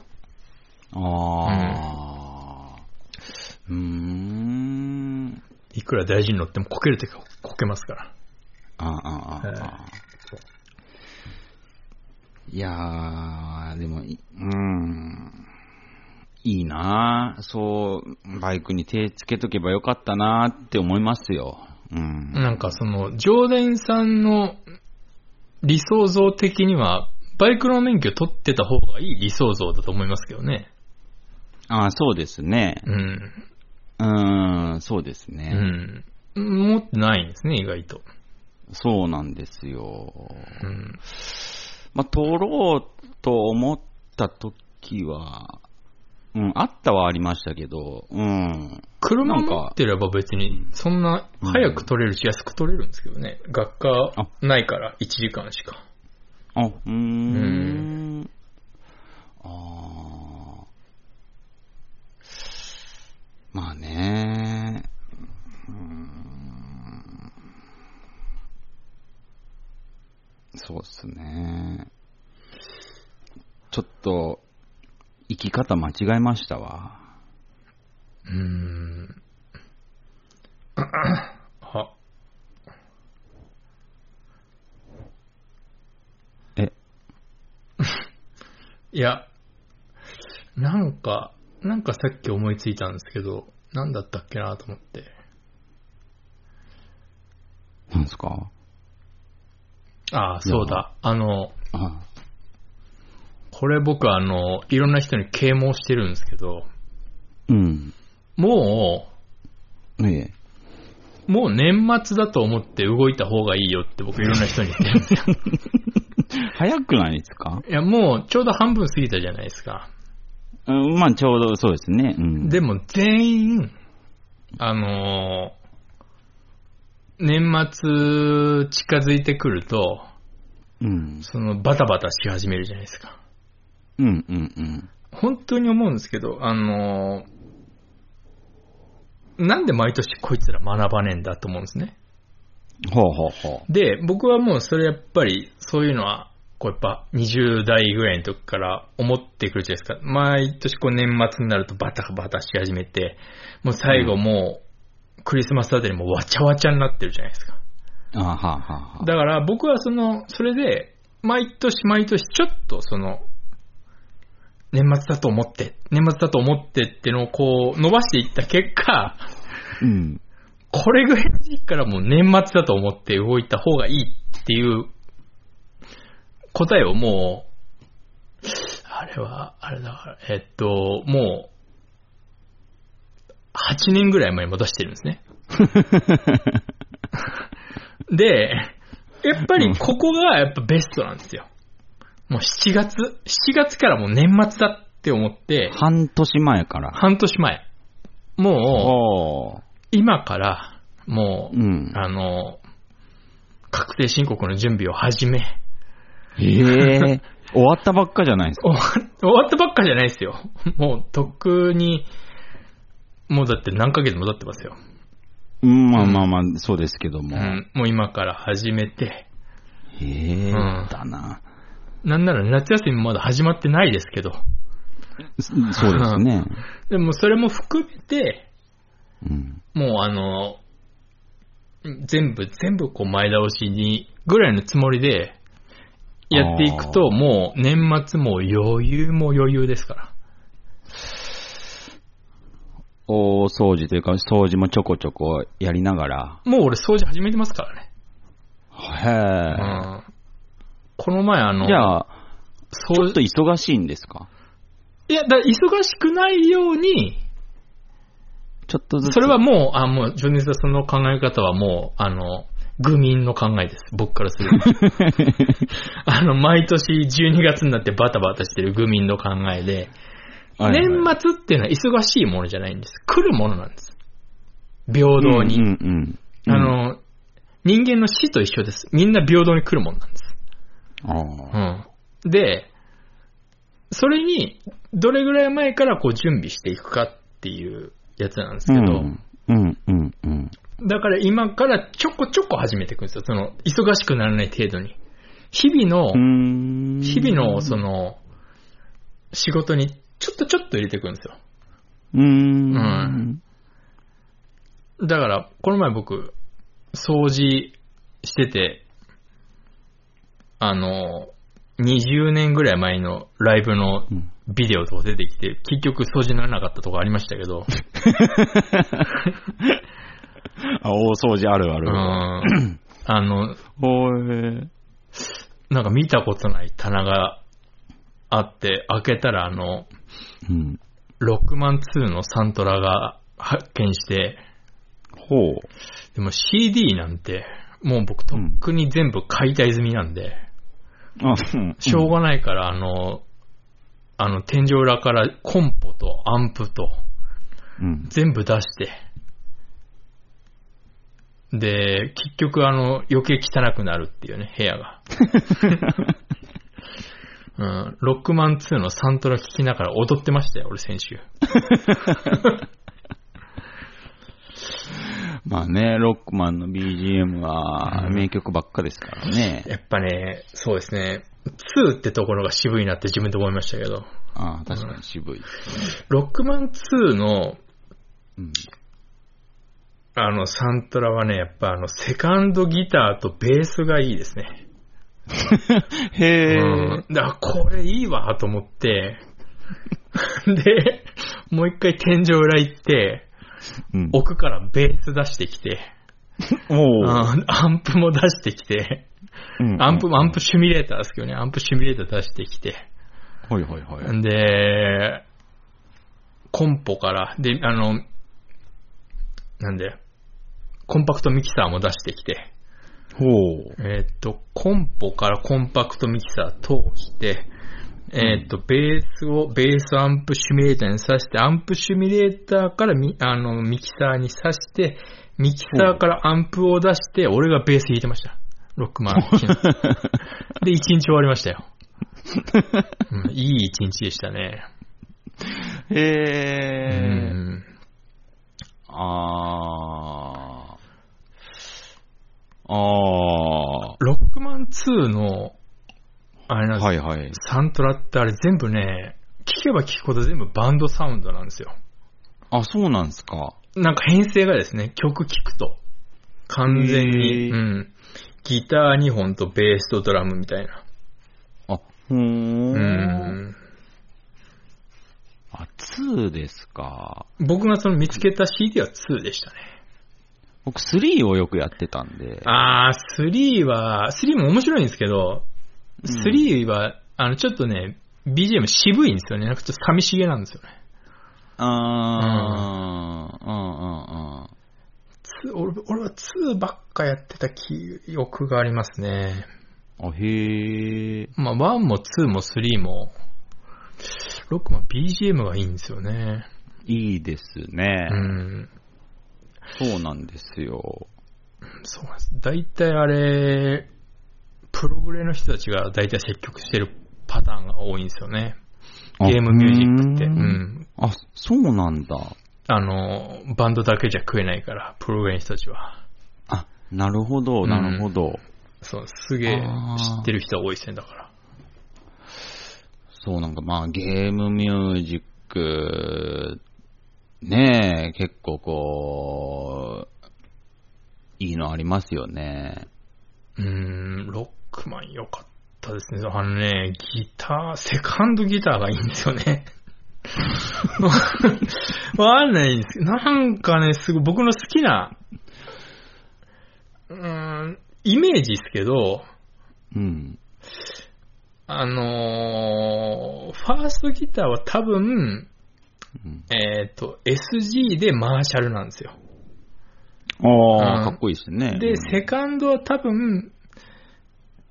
B: ああ。うーん。
A: いくら大事に乗ってもこけるときはこけますから。
B: ああ、ああ、ああ。いやー、でも、いうん。いいなあそう、バイクに手つけとけばよかったなあって思いますよ。うん。
A: なんかその、常連さんの理想像的には、バイクの免許取ってた方がいい理想像だと思いますけどね。
B: ああ、そうですね。
A: うん。
B: うーん、そうですね。
A: うん。持ってないんですね、意外と。
B: そうなんですよ。
A: うん。
B: まあ、取ろうと思った時は、うん、あったはありましたけど、うん。
A: 車
B: なんか
A: 持ってれば別に、そんな早く取れるし、安く取れるんですけどね。学科ないから、1時間しか。
B: あ、うー。
A: うん
B: ああ。まあね。うーんそうっすね。ちょっと、生き方間違えましたわ。
A: うん。あ、
B: え、
A: いや、なんか、なんかさっき思いついたんですけど、なんだったっけなと思って。
B: なんすか
A: ああ、そうだ。あの、
B: あ
A: これ僕あの、いろんな人に啓蒙してるんですけど、
B: うん。
A: も
B: ええ。
A: う、もう年末だと思って動いた方がいいよって僕いろんな人に言ってるんです よ。
B: 早くないですか
A: いや、もうちょうど半分過ぎたじゃないですか。
B: うん、まあちょうどそうですね。うん。
A: でも全員、あのー年末近づいてくると、
B: うん。
A: そのバタバタし始めるじゃないですか。
B: うん、うん、うん。
A: 本当に思うんですけど、あのーなんで毎年こいつら学ばねえんだと思うんですね。
B: ほうほうほう。
A: で、僕はもうそれやっぱり、そういうのは、こうやっぱ20代ぐらいの時から思ってくるじゃないですか。毎年こう年末になるとバタバタし始めて、もう最後もうクリスマスあたりもうわちゃわちゃになってるじゃないですか。
B: あはあはあは
A: だから僕はその、それで、毎年毎年ちょっとその、年末だと思って、年末だと思ってってのをこう伸ばしていった結果、
B: うん。
A: これぐらいの時期からもう年末だと思って動いた方がいいっていう答えをもう、あれは、あれだから、えっと、もう、8年ぐらい前に戻してるんですね。で、やっぱりここがやっぱベストなんですよ。もう7月、7月からもう年末だって思って、
B: 半年前から。
A: 半年前。もう、
B: おー
A: 今から、もう、
B: うん。
A: あの、確定申告の準備を始め、
B: へえ。 終わったばっかじゃないですか。
A: 終わ終わったばっかじゃないですよ。もう、とっくに、もうだって何ヶ月も経ってますよ。
B: うん、まあまあまあ、そうですけど
A: う
B: も。
A: ん、もう今から始めて、
B: へえ、
A: うん
B: だな。
A: なんなら夏休みもまだ始まってないですけど、
B: そそうです ね。
A: でもそれも含めて、
B: うん。
A: もうあの、全部、全部こう前倒しに、ぐらいのつもりで、やっていく
B: あ
A: と、
B: ー
A: もう年末も余裕も余裕ですから。
B: 大掃除というか、掃除もちょこちょこやりながら。
A: もう俺掃除始めてますからね。
B: へ
A: うんこの前あ
B: え。
A: の、
B: じゃあ、ち
A: そ
B: ょ
A: う
B: っと忙しいんですか
A: いや、だ忙しくないように、
B: ちょっとずつ。
A: それはもう、あ、もう、ジョニーさんその考え方はもう、あの、愚民の考えです。僕からする と。あの、毎年12月になってバタバタしてる愚民の考えで、
B: はいはい、
A: 年末っていうのは忙しいものじゃないんです。来るものなんです。平等に。
B: うんうんうん。うん
A: あ、の、人間の死と一緒です。みんな平等に来るものなんです。
B: ああ
A: うん。で、それに、どれぐらい前からこう準備していくかっていうやつなんですけど、
B: うんうんうんうん。
A: だから今からちょこちょこ始めていくんですよ。その、忙しくならない程度に。日々の、
B: うん
A: 日々の、その、仕事にちょっとちょっと入れていくんですよ。
B: うーん。
A: うんだから、この前僕、掃除してて、あの、20年ぐらい前のライブの
B: うん
A: ビデオとか出てきて、結局掃除にならなかったとかありましたけど、
B: あ、大掃除あるあ
A: う
B: る。
A: ん。あの、
B: ほえ。
A: なんか見たことない棚があって、開けたらあの、
B: うん。
A: ロックマン2のサントラが発見して、
B: ほう。
A: でも CD なんて、もう僕とっくに全部解体済みなんで、
B: あ、うん。
A: しょうがないから、あの、あの、天井裏からコンポとアンプと
B: うん。
A: 全部出して、で、結局あの、余計汚くなるっていうね、部屋が。うん、ロックマン2のサントラ聴きながら踊ってましたよ、俺先週。
B: まあね、ロックマンの BGM は
A: うん
B: 名曲ばっかですからね。
A: やっぱね、そうですね、2ってところが渋いなって自分で思いましたけど、
B: ああ、確かに渋い。
A: ロックマン2の
B: うん。
A: あの、サントラはね、やっぱあの、セカンドギターとベースがいいですね。
B: へえ。
A: うん。だから、これいいわ、と思 って。で、もう一回天井裏行って、
B: うん
A: 奥からベース出してきて、
B: お
A: う
B: うん
A: アンプも出してきて、
B: うん
A: アンプ、アンプシミュレーターですけどね、アンプシミュレーター出してきて、
B: はいはいはい。
A: んで、コンポから、で、あの、なんで、コンパクトミキサーも出してきて、
B: ほう。
A: えーっと、コンポからコンパクトミキサー通して、えーっと、ベースを、ベースアンプシミュレーターに挿して、アンプシミュレーターからミあのミキサーに挿して、ミキサーからアンプを出して、俺がベース弾いてました。ロックマン。 で、一日終わりましたよ。うんいい一日でしたね。う
B: へえ。
A: ん
B: ああ。あ
A: ロックマン2の、あれ
B: あ。
A: なんですよ
B: はいはい。
A: サントラってあれ全部ね、聞けば聞くほど全部バンドサウンドなんですよ。
B: あ、そうなんすか。
A: なんか編成がですね、曲聞くと。完全に、
B: へー
A: うん。ギター2本とベースとドラムみたいな。
B: あ、ほー。
A: うんん。
B: あ、2ですか。
A: 僕がその見つけた CD は2でしたね。
B: 僕3をよくやってたんで。
A: あー、3は、3も面白いんですけど、
B: うん
A: 3は、あの、ちょっとね、BGM 渋いんですよね。なんかちょっと寂しげなんですよね。
B: あー、うん、うん、うん。
A: 2俺俺は2ばっかやってた記憶がありますね。
B: あ、へえ。
A: まあ、1も2も3も、6も BGM がいいんですよね。
B: いいですね
A: う。ん。
B: そうなんですよ。
A: そうなんです。大体あれ、プログレの人たちが大体積極してるパターンが多いんですよね。ゲームミュージックって。う
B: あ。
A: ん。
B: あ、そうなんだ。
A: あの、バンドだけじゃ食えないから、プログレの人たちは。
B: あ、なるほど、なるほど。
A: そう、すげえ
B: あー
A: 知ってる人が多いですね、だから。
B: そうなんかまあゲームミュージック、ねえ、結構こう、いいのありますよね。
A: うん、ロックマン良かったですね。あのね、ギター、セカンドギターがいいんですよね。 わかんないんですけど、なんかね、すごい、僕の好きな、うーん、イメージですけど、
B: うん。
A: あのーファーストギターは多分、
B: うん
A: えっ、と、SG でマーシャルなんですよ。
B: あ
A: うん
B: あ、かっこいいですね。う
A: で、
B: ん
A: セカンドは多分、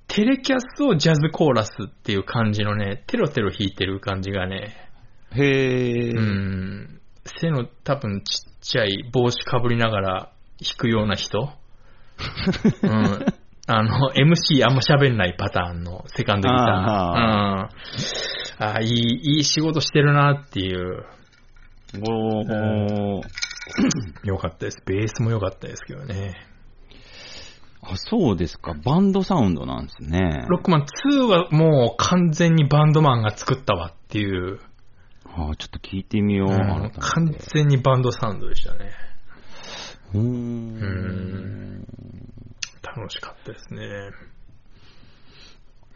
A: テレキャスをジャズコーラスっていう感じのね、テロテロ弾いてる感じがね、
B: へえ、
A: うん、背の多分ちっちゃい帽子かぶりながら弾くような 人、うん、あの、MC あんま喋んないパターンのセカンドギター。
B: あ
A: うん、あーいい、いい仕事してるなっていう、
B: おー
A: 良かったです。ベースも良かったですけどね。
B: あ、そうですか。バンドサウンドなんですね。
A: ロックマン2はもう完全にバンドマンが作ったわっていう、
B: あーちょっと聞いてみよう。
A: うん
B: 改め
A: 完
B: て
A: 全にバンドサウンドでしたね。
B: うー
A: うんん。楽しかったですね。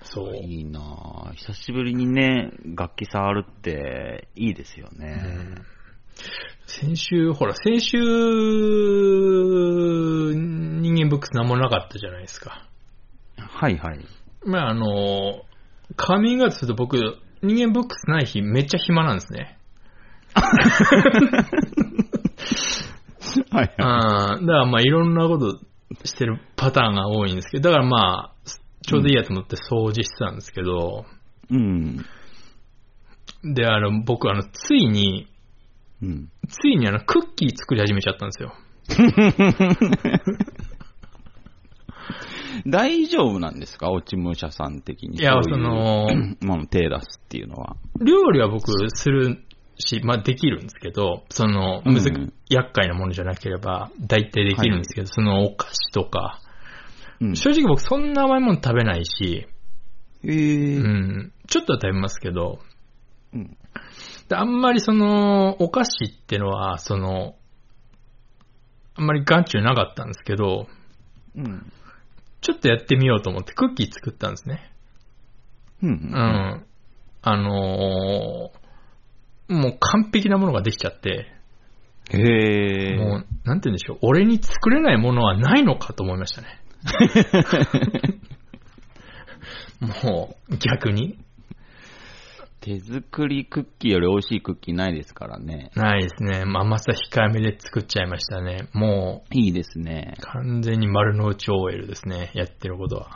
A: そう。
B: いいなぁ久しぶりにね、楽器触るっていいですよ
A: う
B: ね。
A: ん先週、ほら、先週、ンブックスなんもなかったじゃないですか。
B: はい はい。
A: まあ、あの、カミングアウトすると僕、人間ブックスない日めっちゃ暇なんですね。
B: はいはい。
A: あーだからまあいろんなことしてるパターンが多いんですけど、だからまあ、ちょうどいいやと思って掃除してたんですけど、
B: うん。
A: で、あの、僕あの、ついに、
B: うん。
A: ついにあの、クッキー作り始めちゃったんですよ。
B: 大丈夫なんですか落ち武者さん的に。
A: いや、
B: う
A: そう の、
B: もの手出すっていうのは。
A: 料理は僕するし、まあできるんですけど、その、むず
B: うん
A: 厄介なものじゃなければ、大体できるんですけど、そのお菓子とか、
B: うん。
A: 正直僕そんな甘いもの食べないし、
B: え
A: う
B: ー
A: ん、ちょっとは食べますけど、
B: うん。
A: であんまりその、お菓子ってのは、その、あんまり眼中なかったんですけど、
B: うん。
A: ちょっとやってみようと思ってクッキー作ったんですね。
B: う。
A: うんん。あのーもう完璧なものができちゃって、
B: へえ。
A: もう、なんて言うんでしょう、俺に作れないものはないのかと思いましたね。もう、逆に。
B: 手作りクッキーより美味しいクッキーないですからね。
A: ないですね。まあ、甘さ控えめで作っちゃいましたね。も
B: いいですね
A: う、。完全に丸の内 OL ですね。やってることは。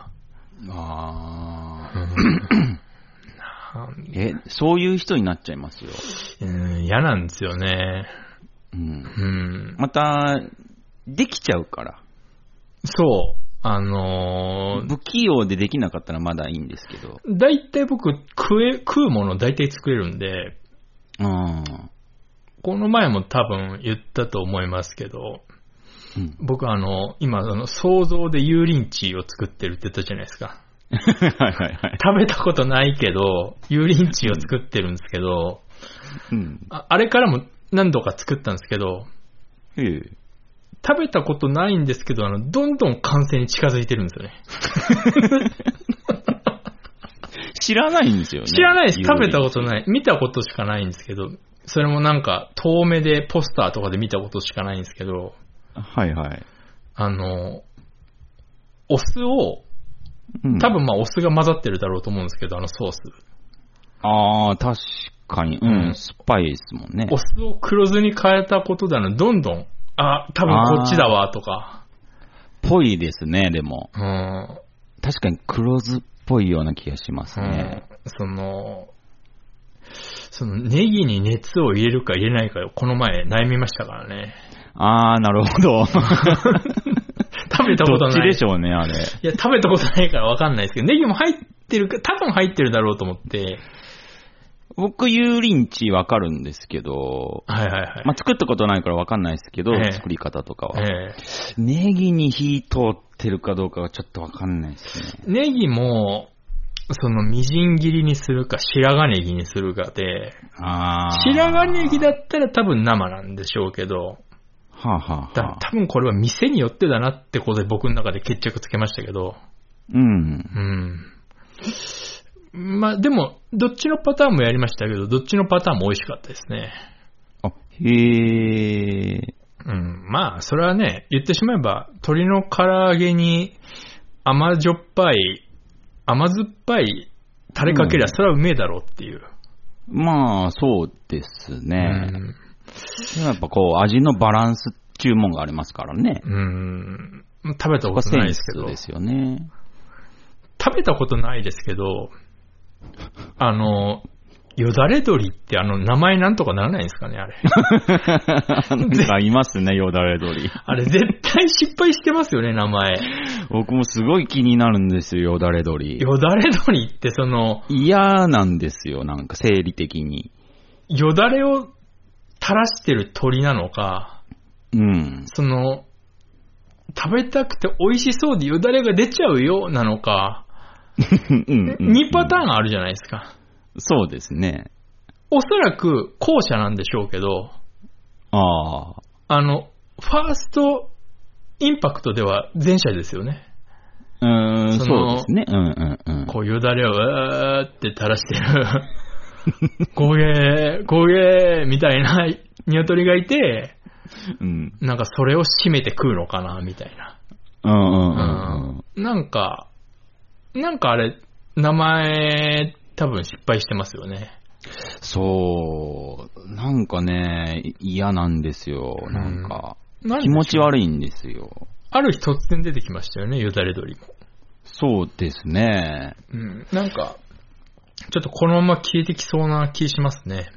B: あ
A: う
B: あ。
A: んなん
B: え、そういう人になっちゃいますよ。
A: うん嫌なんですよね。
B: うん。
A: うん。
B: また、できちゃうから。
A: そう。あのー、
B: 不器用でできなかったらまだいいんですけど。
A: だいたい僕、食え、食うものだいたい作れるんで、
B: うん。
A: この前も多分言ったと思いますけど、
B: うん。
A: 僕あの、今、あの、想像で油淋鶏を作ってるって言ったじゃないですか。
B: はいはいはい。
A: 食べたことないけど、油淋鶏を作ってるんですけど、
B: うん。
A: ああれからも何度か作ったんですけど、
B: ええ。
A: 食べたことないんですけど、あの、どんどん完成に近づいてるんですよね。
B: 知らないんですよね。。
A: 知らないです。食べたこととない。見たことしかないんですけど、それもなんか、遠目でポスターとかで見たことしかないんですけど、
B: はいはい。
A: あの、お酢を、
B: うん
A: 多。分まあお酢が混ざってるだろうと思うんですけど、あのソース。
B: ああ、確かに。う
A: うん
B: ん。酸っぱいですもんね
A: お。酢を黒酢に変えたことだの、どんどん、あ、多分こっちだわ、とか。
B: ぽいですね、でも。
A: うん。
B: 確かに黒酢っぽいような気がします
A: うん
B: ね。
A: その、そのネギに熱を入れるか入れないかをこの前悩みましたからね。
B: ああ、なる ほど。
A: 食べたこと
B: どっち
A: ない。
B: でしょうね、あれ。
A: いや、食べたことないからわかんないですけど、ネギも入ってるか、多分入ってるだろうと思って。
B: 僕、油淋鶏わかるんですけど、
A: はいはいはい。
B: まあ、作ったことないからわかんないですけど、
A: ええ
B: 作り方とかは。
A: ええ
B: ネギに火通ってるかどうかはちょっとわかんないですね。
A: ネギも、その、みじん切りにするか、白髪ネギにするかで、
B: ああ。
A: 白髪ネギだ
B: は
A: ったら多分生なんでしょうけど、
B: あ、はあ、は
A: だ
B: あ。
A: 多分これは店によってだなってことで僕の中で決着つけましたけど、
B: うん。
A: うん。まあでも、どっちのパターンもやりましたけど、どっちのパターンも美味しかったですね。
B: あ、へえ。
A: うん。まあ、それはね、言ってしまえば、鶏の唐揚げに甘じょっぱい、甘酸っぱいタレかけりゃ、
B: うん
A: それはうめえだろうっていう。
B: まあ、そうです
A: う
B: ね。
A: ん。
B: やっぱこう、味のバランス注文がありますからね。
A: うん。食べた
B: そ
A: こ
B: ことセ
A: ないで
B: ン
A: す
B: ス
A: けど
B: で。すよね。
A: 食べたことないですけど、あの、よだれ鶏ってあの名前なんとかならないんですかね、あ れ。
B: なんかいますね、よだれ鶏。
A: あれ絶対失敗してますよね、名 前。
B: 僕もすごい気になるんですよ、よだれ鶏。
A: よだれ鶏ってその、
B: 嫌なんですよ、なんか生理的に。
A: よだれを垂らしてる鳥なのか、
B: うん。
A: その、食べたくて美味しそうでよだれが出ちゃうよなのか、
B: 2
A: 2パターンあるじゃないですか。
B: そうですね。
A: おそらく後者なんでしょうけど、
B: ああ。
A: あの、ファーストインパクトでは前者ですよね。
B: うーん、
A: そ
B: そう
A: の
B: ですね。うんうんうん。
A: こうよだれをうーって垂らしてる、 ごげー、ごげーみたいな鶏がいて、
B: うん。
A: なんかそれを締めて食うのかな、みたいな。
B: ううんうんうん
A: なんか、なんかあれ、名前、多分失敗してますよね。
B: そう、なんかね、嫌なんですよ、なんか。
A: なんで
B: 気持ち悪いんですよ。
A: ある日突然出てきましたよね、よだれ鳥も。
B: そうですね。
A: うん。なんか、ちょっとこのまま消えてきそうな気しますね。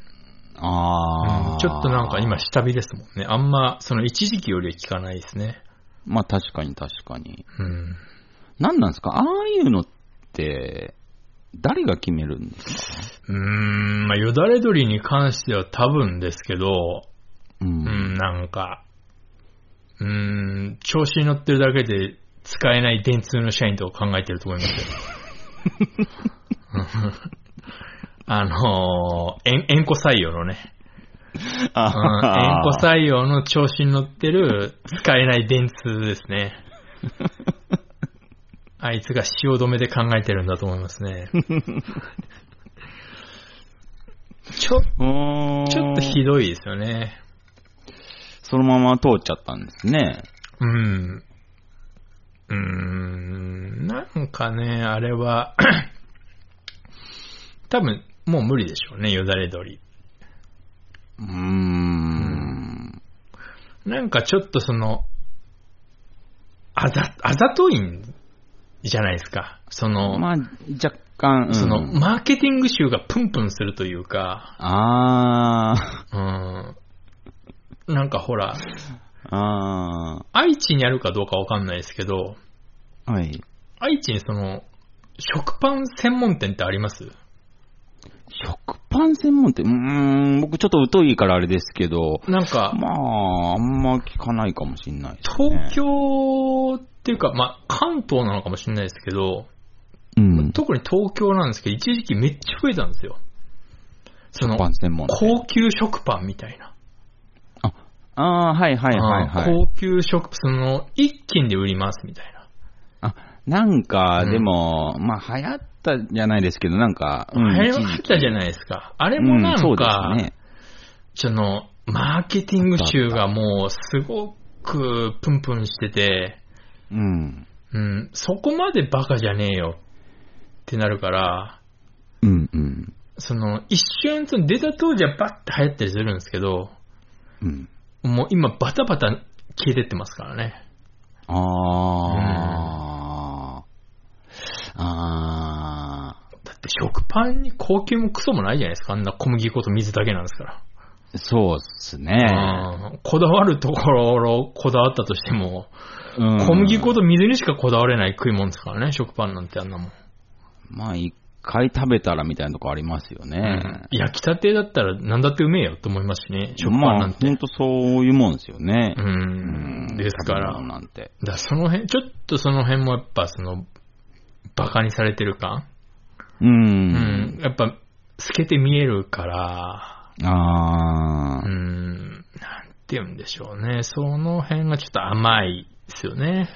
B: あ
A: う
B: あ、
A: んちょっとなんか今、下火ですもんね。あんま、その一時期よりは効かないですね。
B: まあ確かに確かに。
A: うん。
B: 何なんですかああいうのって、誰が決めるんですか
A: うーん、まあ、よだれ鳥に関しては多分ですけど、
B: う。
A: うん ん、なんか、うーん、調子に乗ってるだけで使えない電通の社員とか考えてると思います よ。あのー、えん、縁故採用のね。うん、縁故採用の調子に乗ってる使えない電通ですね。あいつが汐留で考えてるんだと思いますね。ちょ、
B: うーん
A: ちょっとひどいですよね。
B: そのまま通っちゃったんですね。
A: うん。うーん、なんかね、あれは、 多分、もう無理でしょうね、よだれ鳥。
B: うーん。
A: なんかちょっとその、あざ、あざといんじゃないですか。その、
B: まあ、若干、うん
A: その、マーケティング集がプンプンするというか、
B: あー、
A: うん。なんかほら、
B: あ
A: 愛知にあるかどうかわかんないですけど、
B: ー、はい。
A: 愛知にその、食パン専門店ってあります
B: 食パン専門店、うーん、僕ちょっと疎いからあれですけど、
A: なんか、
B: まあ、あんま聞かないかもしんないです、ね。
A: 東京っていうか、まあ、関東なのかもしれないですけど、
B: うん。
A: 特に東京なんですけど、一時期めっちゃ増えたんですよ。その
B: 食、パン専門店。
A: 高級食パンみたいな。
B: ああ、はいはいはいは
A: あ
B: い。
A: ー高級食パン、その、一斤で売りますみたいな。
B: あ、なんか、
A: うん
B: でも、まあ、流行ったじゃないですけど、なんか、うん、
A: 流行
B: 一
A: っ
B: 時期
A: たじゃないですか。あれもな
B: うんそ
A: ん
B: うで
A: か、
B: すね。
A: その、マーケティング集がもうすごくプンプンしてて、
B: うん。
A: うん、そこまでバカじゃねえよってなるから、
B: うんうん。
A: その、一瞬、その出た当時はバッて流行ったりするんですけど、
B: うん。
A: もう今バタバタ消えてってますからね。
B: あー。あ
A: だって食パンに高級もクソもないじゃないですか。あんな小麦粉と水だけなんですから。
B: ー。そうっすね。
A: うんこだわるところをこだわったとしても、
B: うん
A: 小麦粉と水にしかこだわれない食い物ですからね、食パンなんてあんなもん。
B: まあ、一回食べたらみたいなとこありますよね。
A: 焼きたてだったら何だってうめえよと思いますしね、食パン
B: ま
A: な
B: あ、
A: んて。
B: ほんとそういうもんですよね。
A: うん。ですから。
B: 食べ物なんて。
A: だからその辺、ちょっとその辺もやっぱその、バカにされてる感
B: う。
A: うんん。やっぱ、透けて見えるから、
B: あ
A: う
B: ー。
A: ん、なんて言うんでしょうね。その辺がちょっと甘いですよね。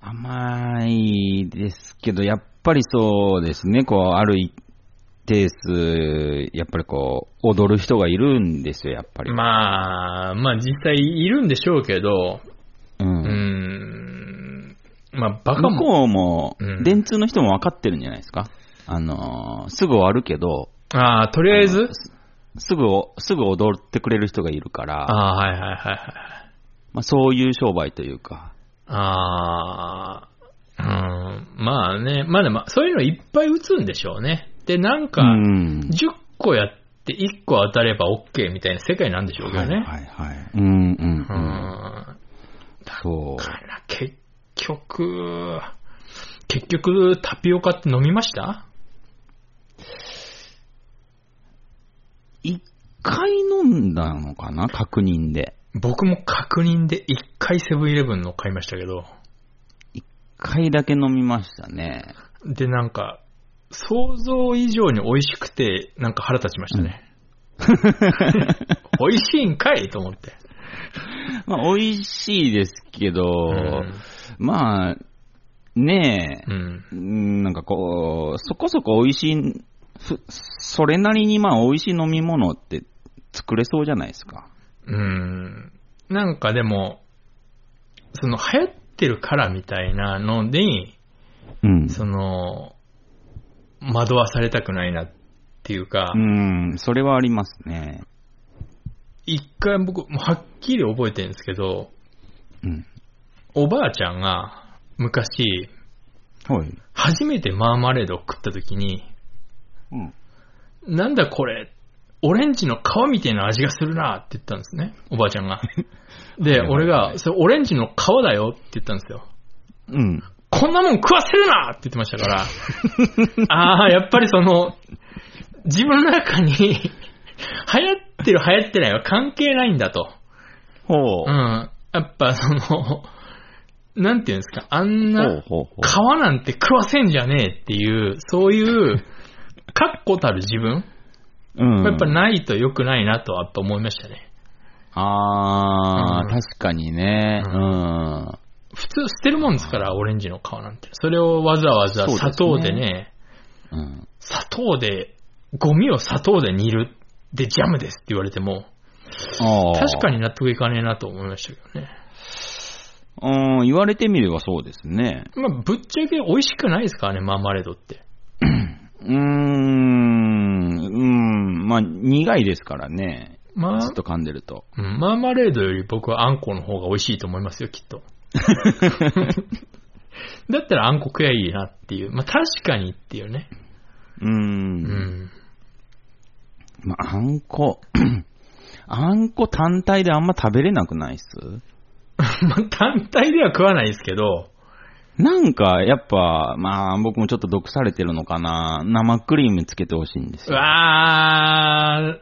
B: 甘いですけど、やっぱりそうですね、こう、ある一定数、やっぱりこう、踊る人がいるんですよ、やっぱり。
A: まあ、まあ実際いるんでしょうけど、う
B: う。
A: んん、まあバカ
B: 向
A: も、
B: こうも
A: うん、
B: 電通の人も分かってるんじゃないですか。あのー、すぐ終わるけど、
A: ああ、とりあえず、
B: すぐお、すぐ踊ってくれる人がいるから、
A: ああ、はいはいはいはい。
B: まあ、そういう商売というか。
A: ああ、うん、まあね、まあでも、そういうのいっぱい打つんでしょうね。で、なんか、
B: うん
A: 10個やって1個当たれば OK みたいな世界なんでしょうけどね。
B: はいはいはい。うんうん、
A: う
B: うん。
A: ん。
B: そ
A: だから結局、結局タピオカって飲みました
B: う。一回飲んだのかな確認で。
A: 僕も確認で1回セブンイレブンの買いましたけど、
B: 一回だけ飲みましたね。
A: でなんか、想像以上に美味しくて、なんか腹立ちました ね。美味しいんかいと思って。
B: まあ、美味しいですけど、
A: うん
B: まあ、ねえ、
A: うん。
B: うんなんかこう、そこそこ美味しい、ふそれなりにまあ美味しい飲み物って作れそうじゃないですか。
A: うん。なんかでも、その流行っってるからみたいなので、
B: うん。
A: その、惑わされたくないなっていうか、
B: うん、それはありますね。
A: 一回僕、もうはっきり覚えてるんですけど、
B: うん。
A: おばあちゃんが昔、
B: はい。
A: 初めてマーマレードを食った時に、
B: うん。
A: なんだこれ、オレンジの皮みたいな味がするなって言ったんですね、おばあちゃん が。で、
B: はいはいはい
A: 俺が、それオレンジの皮だよって言ったんですよ。
B: うん。
A: こんなもん食わせるなって言ってましたから。 ああ、やっぱりその、自分の中に、流行ってる流行ってないは関係ないんだと。
B: ほ
A: う
B: う。
A: ん。やっぱその、なんていうんですか、あん
B: ほう
A: な、
B: ほうほう。
A: 皮なんて食わせんじゃねえっていう、そういう、確固たる自分
B: うん。
A: やっぱないと良くないなとはやっぱ思いましたね。
B: あー、
A: うん
B: 確かにね。
A: う
B: うんん。
A: 普通捨てるもんですから、オレンジの皮なんて。それをわざわざ
B: そうです
A: 砂
B: ね
A: 糖でね、
B: うん。
A: 砂糖で、ゴミを砂糖で煮る。で、ジャムですって言われても、確か
B: に。
A: に納得いかねえなと思いましたけどね。
B: うん、言われてみればそうですね。
A: まあ、ぶっちゃけ美味しくないですからね、マーマレードって。
B: うーん、うん、まあ、苦いですからね。
A: まあ
B: ずっ、と噛んでると。
A: うんマーマレードより僕はあんこの方が美味しいと思いますよ、きっ と。だったらあんこ食えばいいなっていう。まあ、確かにっていうね。
B: うー。
A: うんん。
B: まあ、あんこ。 あんこ単体であんま食べれなくないっす
A: まあ、単体では食わないですけど、
B: なんか、やっぱ、まあ、僕もちょっと毒されてるのかな。生クリームつけてほしいんです
A: う
B: よ。
A: わ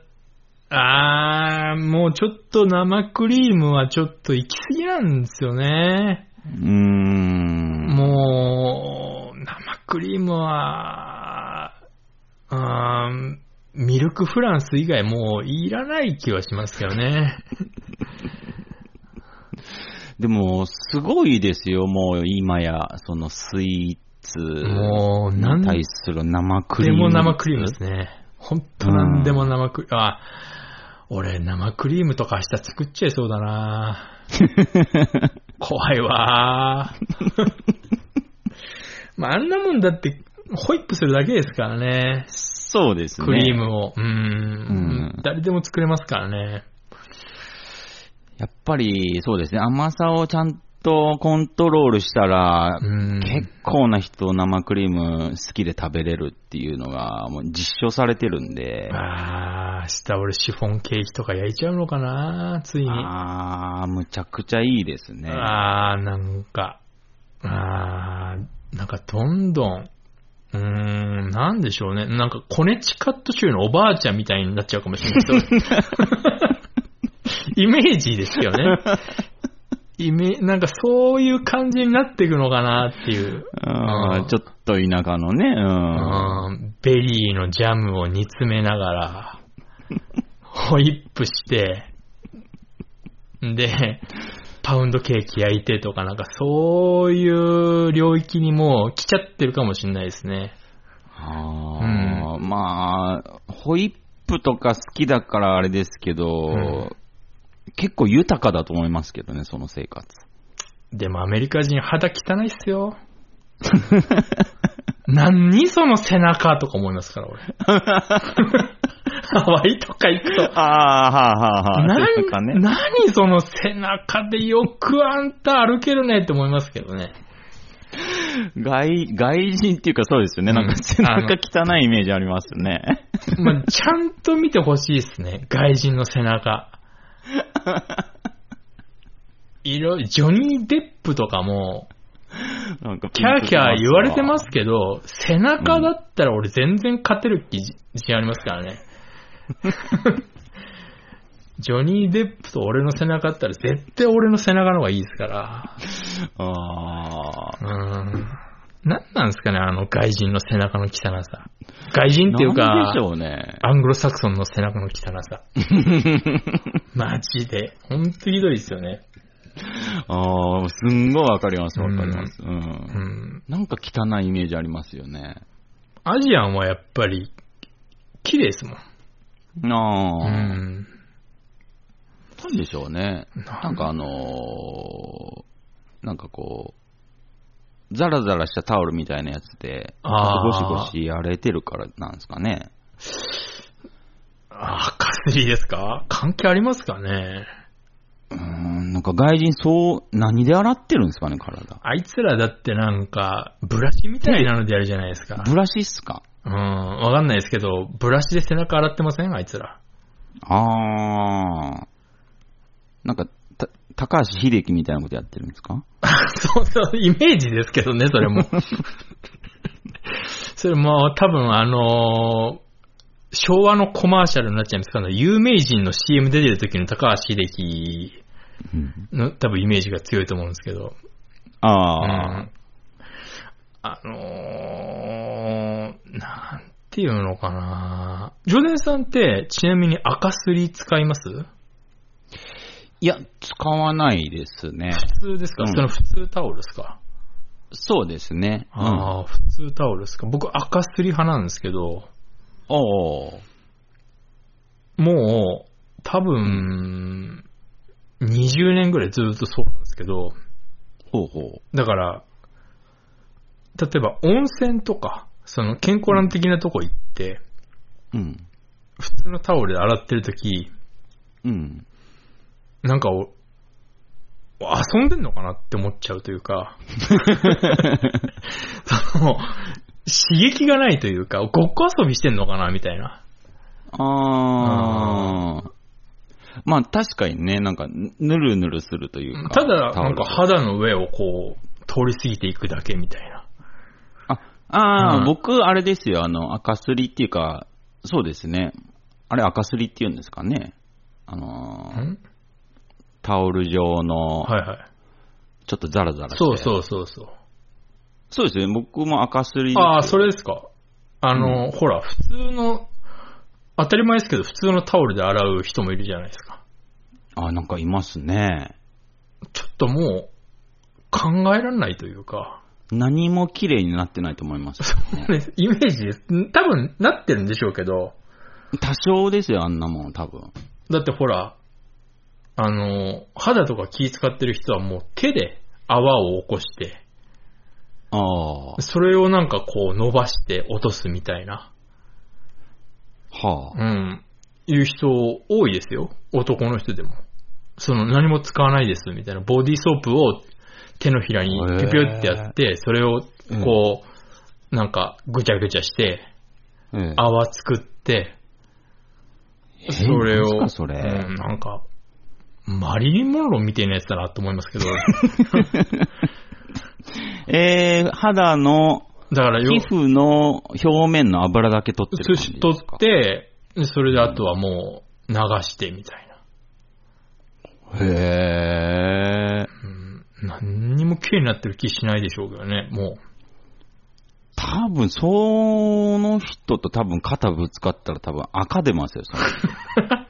A: ー、あー、もうちょっと生クリームはちょっと行き過ぎなんですよね。
B: うーん。
A: もう、生クリームは、うーん、ミルクフランス以外もういらない気はしますけどね。
B: でも、すごいですよ、もう今や、そのスイーツ
A: もう、なん
B: に対する生クリ
A: で
B: ーム。
A: も生クリームですね。ほんとなんでも生クリーム、あ、俺生クリームとか明日作っちゃいそうだ な怖いわ まあ、あんなもんだって、ホイップするだけですからね。
B: そうですね。
A: クリームを。うーん
B: うん
A: 誰でも作れますからね。
B: やっぱり、そうですね、甘さをちゃんとコントロールしたら
A: う、ん。
B: 結構な人生クリーム好きで食べれるっていうのが、もう実証されてるんで、
A: ああ、明日俺シフォンケーキとか焼いちゃうのかなついに。
B: あー、むちゃくちゃいいですね。
A: あー、なんか、あー、なんかどんどん、うーん、なんでしょうね。なんかコネチカット州のおばあちゃんみたいになっちゃうかもしれないけど。イメージですよね。イメなんかそういう感じになっていくのかなっていう。
B: あーちょっと田舎のね、うん。
A: うんベリーのジャムを煮詰めながら、ホイップして、で、パウンドケーキ焼いてとか、なんかそういう領域にもう来ちゃってるかもしれないですね。
B: あーまあ、ホイップとか好きだからあれですけ
A: う
B: ど、
A: ん
B: 結構豊かだと思いますけどね、その生活。
A: でもアメリカ人肌汚いっすよ。何その背中とか思いますから、俺。ハワイとか行くと、
B: ああ、はあは
A: な
B: なんんかね。
A: 何その背中でよくあんた歩けるねって思いますけど ね。
B: 外、外人っていうかそうですよね。なん
A: うん
B: か背中汚いイメージありますよね。
A: まあ、ちゃんと見てほしいですね。外人の背 中。いろいろ、ジョニー・デップとかも、
B: なんか
A: キャーキャー言われてますすけど、背中だったら俺全然勝てる気、自信ありますから ね。ジョニー・デップと俺の背中だったら絶対俺の背中の方がいいですから。
B: わ。ああ。
A: うーん。なんなんですかね、あの外人の背中の汚さ。外人っていう
B: なん
A: か
B: でし、ょうね。
A: アングロサクソンの背中の汚 さ。マジで。ほんとひどいですよね。
B: ああ、すんごいわかります、わかります。う。
A: うんん。
B: なんか汚いイメージありますよね。
A: アジアンはやっぱり、綺麗ですもん。う
B: ああ。
A: ん。
B: なんでしょうね。
A: な
B: なんかあのーなんかこう、ザラザラしたタオルみたいなやつで、ちょっ
A: あー
B: とゴシゴシやれてるからなんですかね。
A: あー、かすりですか関係ありますかね
B: うーん、なんか外人そう、何で洗ってるんですかね、体。
A: あいつらだってなんか、ブラシみたいなのでやるじゃないですか。
B: ブラシっすか
A: うん、わかんないですけど、ブラシで背中洗ってませんあいつら。
B: あー。なんか、た高橋秀樹みたいなことやってるんですか
A: そうそう、イメージですけどね、それ も。それも多分あのー昭和のコマーシャルになっちゃいますから、有名人の CM 出てる時の高橋秀樹
B: うん
A: の多分イメージが強いと思うんですけど。
B: あー。
A: うんあのー、なんていうのかなジョネンさんって、ちなみに赤すり使います
B: いや、使わないですね。
A: 普通ですか、
B: うん
A: その普通タオルですか、
B: そうですね。うん。
A: ああ、普通タオルですか僕赤すり派なんですけど、
B: おー。
A: もう、多分、20年ぐらいずっとそうなんですけど、
B: ほうほ
A: だから、例えば温泉とか、その健康欄的なとこ行って、
B: う。うん。
A: 普通のタオルで洗ってるとき、
B: うん。
A: なんかお、遊んでんのかなって思っちゃうというか、 その、刺激がないというか、ごっこ遊びしてんのかなみたいな。
B: あー。まあ確かにね、なんか、ぬるぬるするというか。
A: ただ、
B: タオ
A: なんか
B: ル
A: 肌の上をこう、通り過ぎていくだけみたいな。
B: あ、あー、
A: うん
B: 僕、あれですよ、あの、赤すりっていうか、そうですね。あれ、赤すりっていうんですかね。あのー
A: ん
B: タオル状の、
A: はいはい。
B: ちょっとザラザラして。
A: そう
B: う。
A: そうそうそう。
B: そうですね、僕も赤すり。
A: ああ、それですか。あの、ほら、普通の、当たり前ですけど、普通のタオルで洗う人もいるじゃないですか。
B: あ、なんかいますね。
A: ちょっともう、考えられないというか、
B: 何も綺麗になってないと思います、ね。
A: イメージです。多分、なってるんでしょうけど、
B: 多少ですよ、あんなもの、多分。
A: だってほら、あの、肌とか気使ってる人はもう手で泡を起こして、
B: ああ。
A: それをなんかこう伸ばして落とすみたいな、
B: は
A: う
B: あ。
A: ん、いう人多いですよ。男の人でも。その何も使わないですみたいな。ボディーソープを手のひらにピュピュってやって、それをこう、なんかぐちゃぐちゃして、
B: ええ
A: 泡作って、
B: え
A: それを、
B: 何ですかそれ
A: うん、なんか、マリリン・モンローみたいなやつだなと思い ますけど、
B: えー、肌の、
A: だからよ
B: 皮、膚の表面の油だけ取ってる感じですか
A: 取って、それであとはもう流してみたいな。
B: へ
A: う
B: え。
A: ん、何にも綺麗になってる気しないでしょうけどね、も
B: 多分、その人と多分肩ぶつかったら多分赤出ます よ、その人。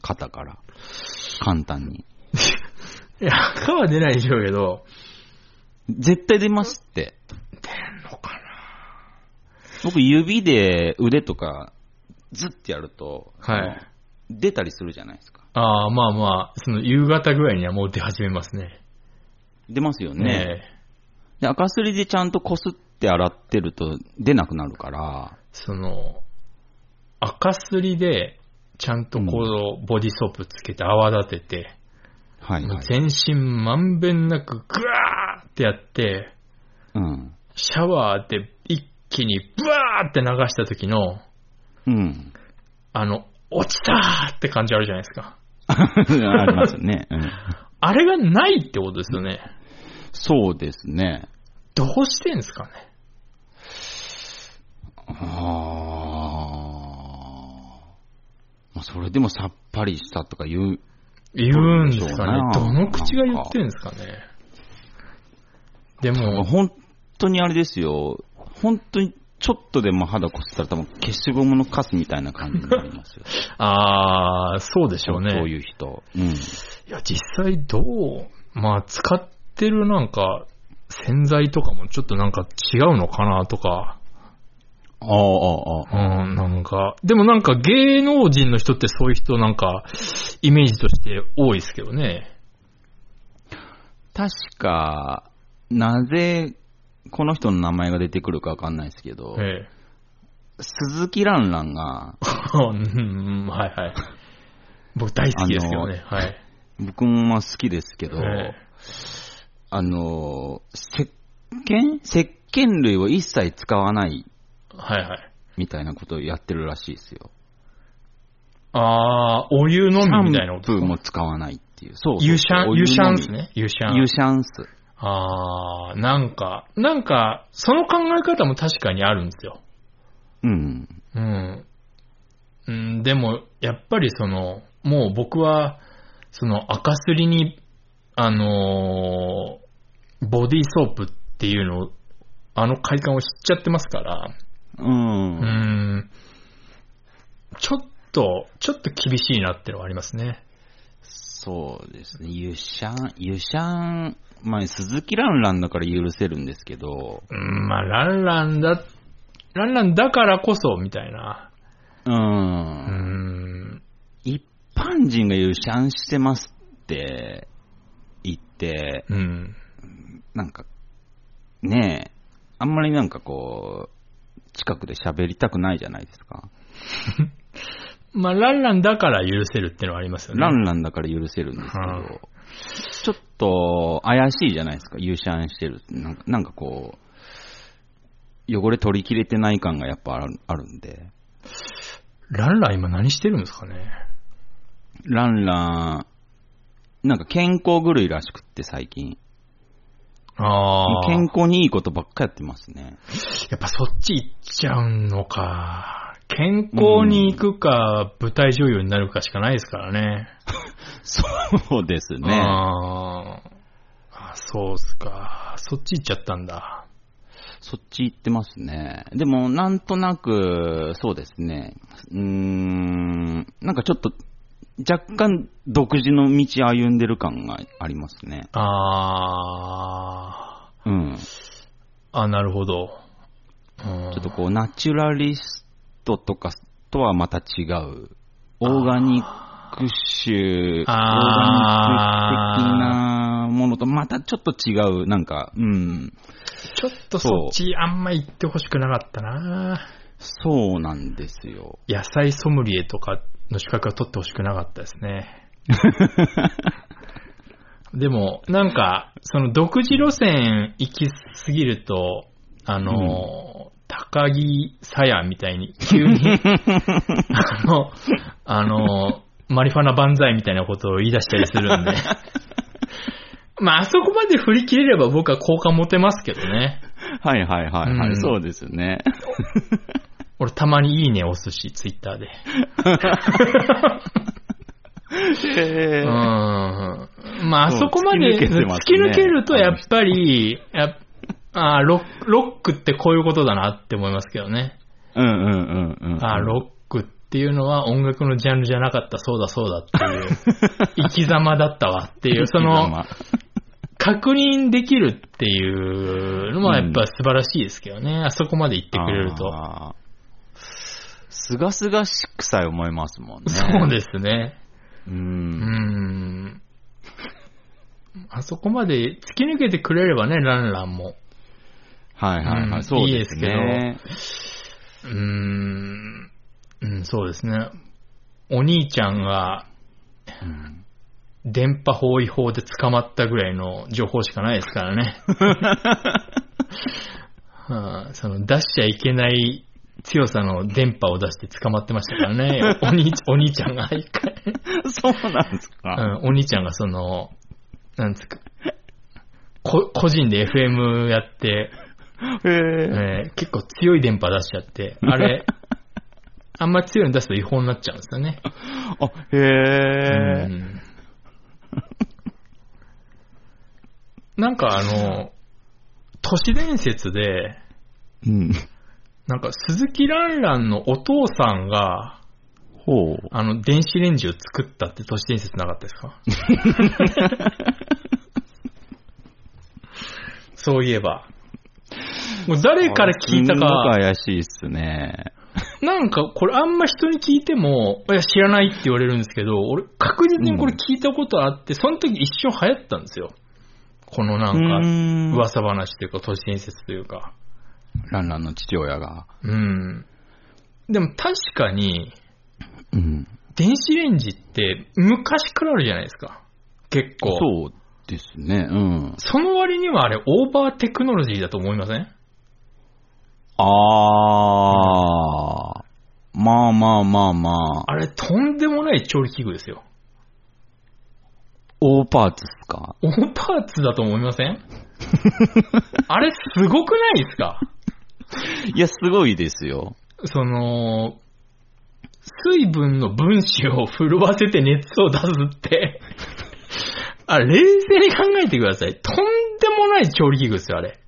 B: 肩から。簡単に。
A: う。いや、歯は出ないでしょうけど、
B: 絶対出ますって。僕指で腕とかずってやると、
A: はい。
B: 出たりするじゃないですか。
A: ああ、まあまあ、その夕方ぐらいにはもう出始めますね。
B: 出ますよね。
A: ねえ。
B: で赤すりでちゃんとこすって洗ってると出なくなるから、
A: その、赤すりで、ちゃんとこう、ボディソープつけて泡立てて、
B: はい、はい。
A: 全身まんべんなくグワーってやって、
B: うん。
A: シャワーで一気にブワーって流した時の、
B: うん。
A: あの、落ちたーって感じあるじゃないですか。
B: ありますよね、うん。
A: あれがないってことですよね。
B: そうですね。
A: どうしてんですかね。
B: あーまあ。それでもさっぱりしたとか言う、
A: 言うんですかね。
B: そう
A: ど
B: ね
A: の口が言ってんですかね。でも、
B: 本当にあれですよ。本当にちょっとでも肌こすったら多分消しゴムのカスみたいな感じになりますよ。
A: あー、そうでしょうね。
B: そういう人。うん。
A: いや、実際どう、まあ、使ってるなんか、洗剤とかもちょっとなんか違うのかなとか、
B: ああ、ああ、ああ。
A: うん、なんか、でもなんか芸能人の人ってそういう人なんか、イメージとして多いですけどね。
B: 確か、なぜ、この人の名前が出てくるかわかんないですけど、
A: え え。
B: 鈴木蘭蘭が、
A: うんはいはい。僕大好きですけどね。はい。
B: 僕もまあ好きですけど、
A: え
B: あの、石鹸石鹸類を一切使わない
A: えはいはい。
B: みたいなことをやってるらしいですよ。
A: あー、お湯のみみたいなこ
B: シ
A: と
B: ャ
A: です
B: ンプー
A: か。
B: も使わないっていう。そうそう
A: 湯シャ
B: お
A: ン、
B: 湯
A: 湯シャ
B: の
A: ン
B: み
A: ですね。湯シャ
B: 湯
A: ン。
B: シャンっす。
A: あー、なんか、なんか、その考え方も確かにあるんですよ。
B: うん。
A: うん。うん、でも、やっぱりその、もう僕は、その赤すりに、あのーボディーソープっていうのを、あの快感を知っちゃってますから、
B: う。
A: うんん、ちょっと、ちょっと厳しいなってのはありますね。
B: そうですね。湯シャン、湯シャン、まあ、鈴木蘭蘭だから許せるんですけど、
A: うん、まあ、ランランだ、ランランだからこそ、みたいな。
B: う。
A: うんん、
B: 一般人が湯シャンしてますって言って、
A: うん、
B: なんか、ねえ、あんまりなんかこう、近くで喋りたくないじゃないですか。
A: まあ、ランランだから許せるってのはありますよね。
B: ランランだから許せるんですけ
A: は
B: ど、ちょっと怪しいじゃないですか、優シャンしてる。なんかなんかこう、汚れ取りきれてない感がやっぱあるあるんで、
A: ランラン今何してるんですかね。
B: ランラン、なんか健康狂いらしくって最近。
A: ああ。
B: 健康にいいことばっかやってますね。
A: やっぱそっち行っちゃうのか。健康に行くか、舞台女優になるかしかないですからね。
B: そうですね。
A: あーあ、そうっすか。そっち行っちゃったんだ。
B: そっち行ってますね。でも、なんとなく、そうですね。うーん、なんかちょっと、若干独自の道歩んでる感がありますね。
A: ああ、
B: うん。
A: あ、なるほど。うん
B: ちょっとこう、ナチュラリストとかとはまた違う、オーガニック種、オーガニック的
A: あ
B: なものとまたちょっと違う、なんか、うん、
A: ちょっとそっちあんま行ってほしくなかったな。
B: そうなんですよ。
A: 野菜ソムリエとかの資格は取ってほしくなかったですね。でも、なんか、その独自路線行きすぎると、あのー、高木さやみたいに、急に、あの、あのー、マリファナ万歳みたいなことを言い出したりするんで。まあ、あそこまで振り切れれば僕は好感持てますけどね。
B: はいはいはいはい、
A: うん
B: そうですよね。
A: 俺たまにいいね押すし、ツイッターで。
B: え
A: う
B: ー
A: んまあ、あ
B: そ
A: そうこまで
B: 突き抜けてま
A: 突
B: す
A: き
B: ね
A: 抜けると、やっぱり、やっあーロックロックってこういうことだなって思いますけどね。
B: うんうんうんうん。
A: あーロックっていうのは音楽のジャンルじゃなかった、そうだそうだ っていう、生き様だったわっていう、その、確認できるっていうのはやっぱ素晴らしいですけどね。あそこまで言ってくれると。
B: と。すがすがしくさえ思いますもんね。
A: そうですね。
B: う。
A: うんん。あそこまで突き抜けてくれればね、ランランも。
B: はいはいは
A: うん
B: い。そうです
A: いい
B: ね。
A: うーん、うん、そうですね。お兄ちゃんが
B: うん
A: 電波包囲法で捕まったぐらいの情報しかないですからね。はあ、その出しちゃいけない強さの電波を出して捕まってましたからね。お兄お兄ちゃんが一回、
B: そうなんですか。
A: うん、お兄ちゃんがその、なんつうか、こ個人で FM やって、
B: へえ。
A: えー結構強い電波出しちゃって、あれ、あんま強いの出すと違法になっちゃうんですよね。
B: あ、へ
A: う
B: え。
A: んなんかあの、都市伝説で、
B: うん。
A: なんか鈴木蘭蘭のお父さんが、
B: ほう。
A: あの、電子レンジを作ったって都市伝説なかったですかそういえば。もう誰から聞いた
B: あ
A: か、
B: すんごく怪しいっすね。
A: なんかこれあんま人に聞いても、いや知らないって言われるんですけど、俺確実にこれ聞いたことあって、その時一瞬流行ったんですよ。このな
B: うー
A: んか、
B: ん
A: 噂話というか、都市伝説というか。
B: ランランの父親が。
A: うん。でも確かに、
B: うん。
A: 電子レンジって昔からあるじゃないですか。結構。
B: そうですね。うん。
A: その割にはあれ、オーバーテクノロジーだと思いません
B: あー。まあまあまあまあ。
A: あれ、とんでもない調理器具ですよ。
B: オーパーツっすか
A: オーパーツだと思いませ んあれ、すごくないですか
B: いや、すごいですよ。
A: その、水分の分子を震わせて熱を出す って、あ、冷静に考えてください。とんでもない調理器具ですよ、あれ。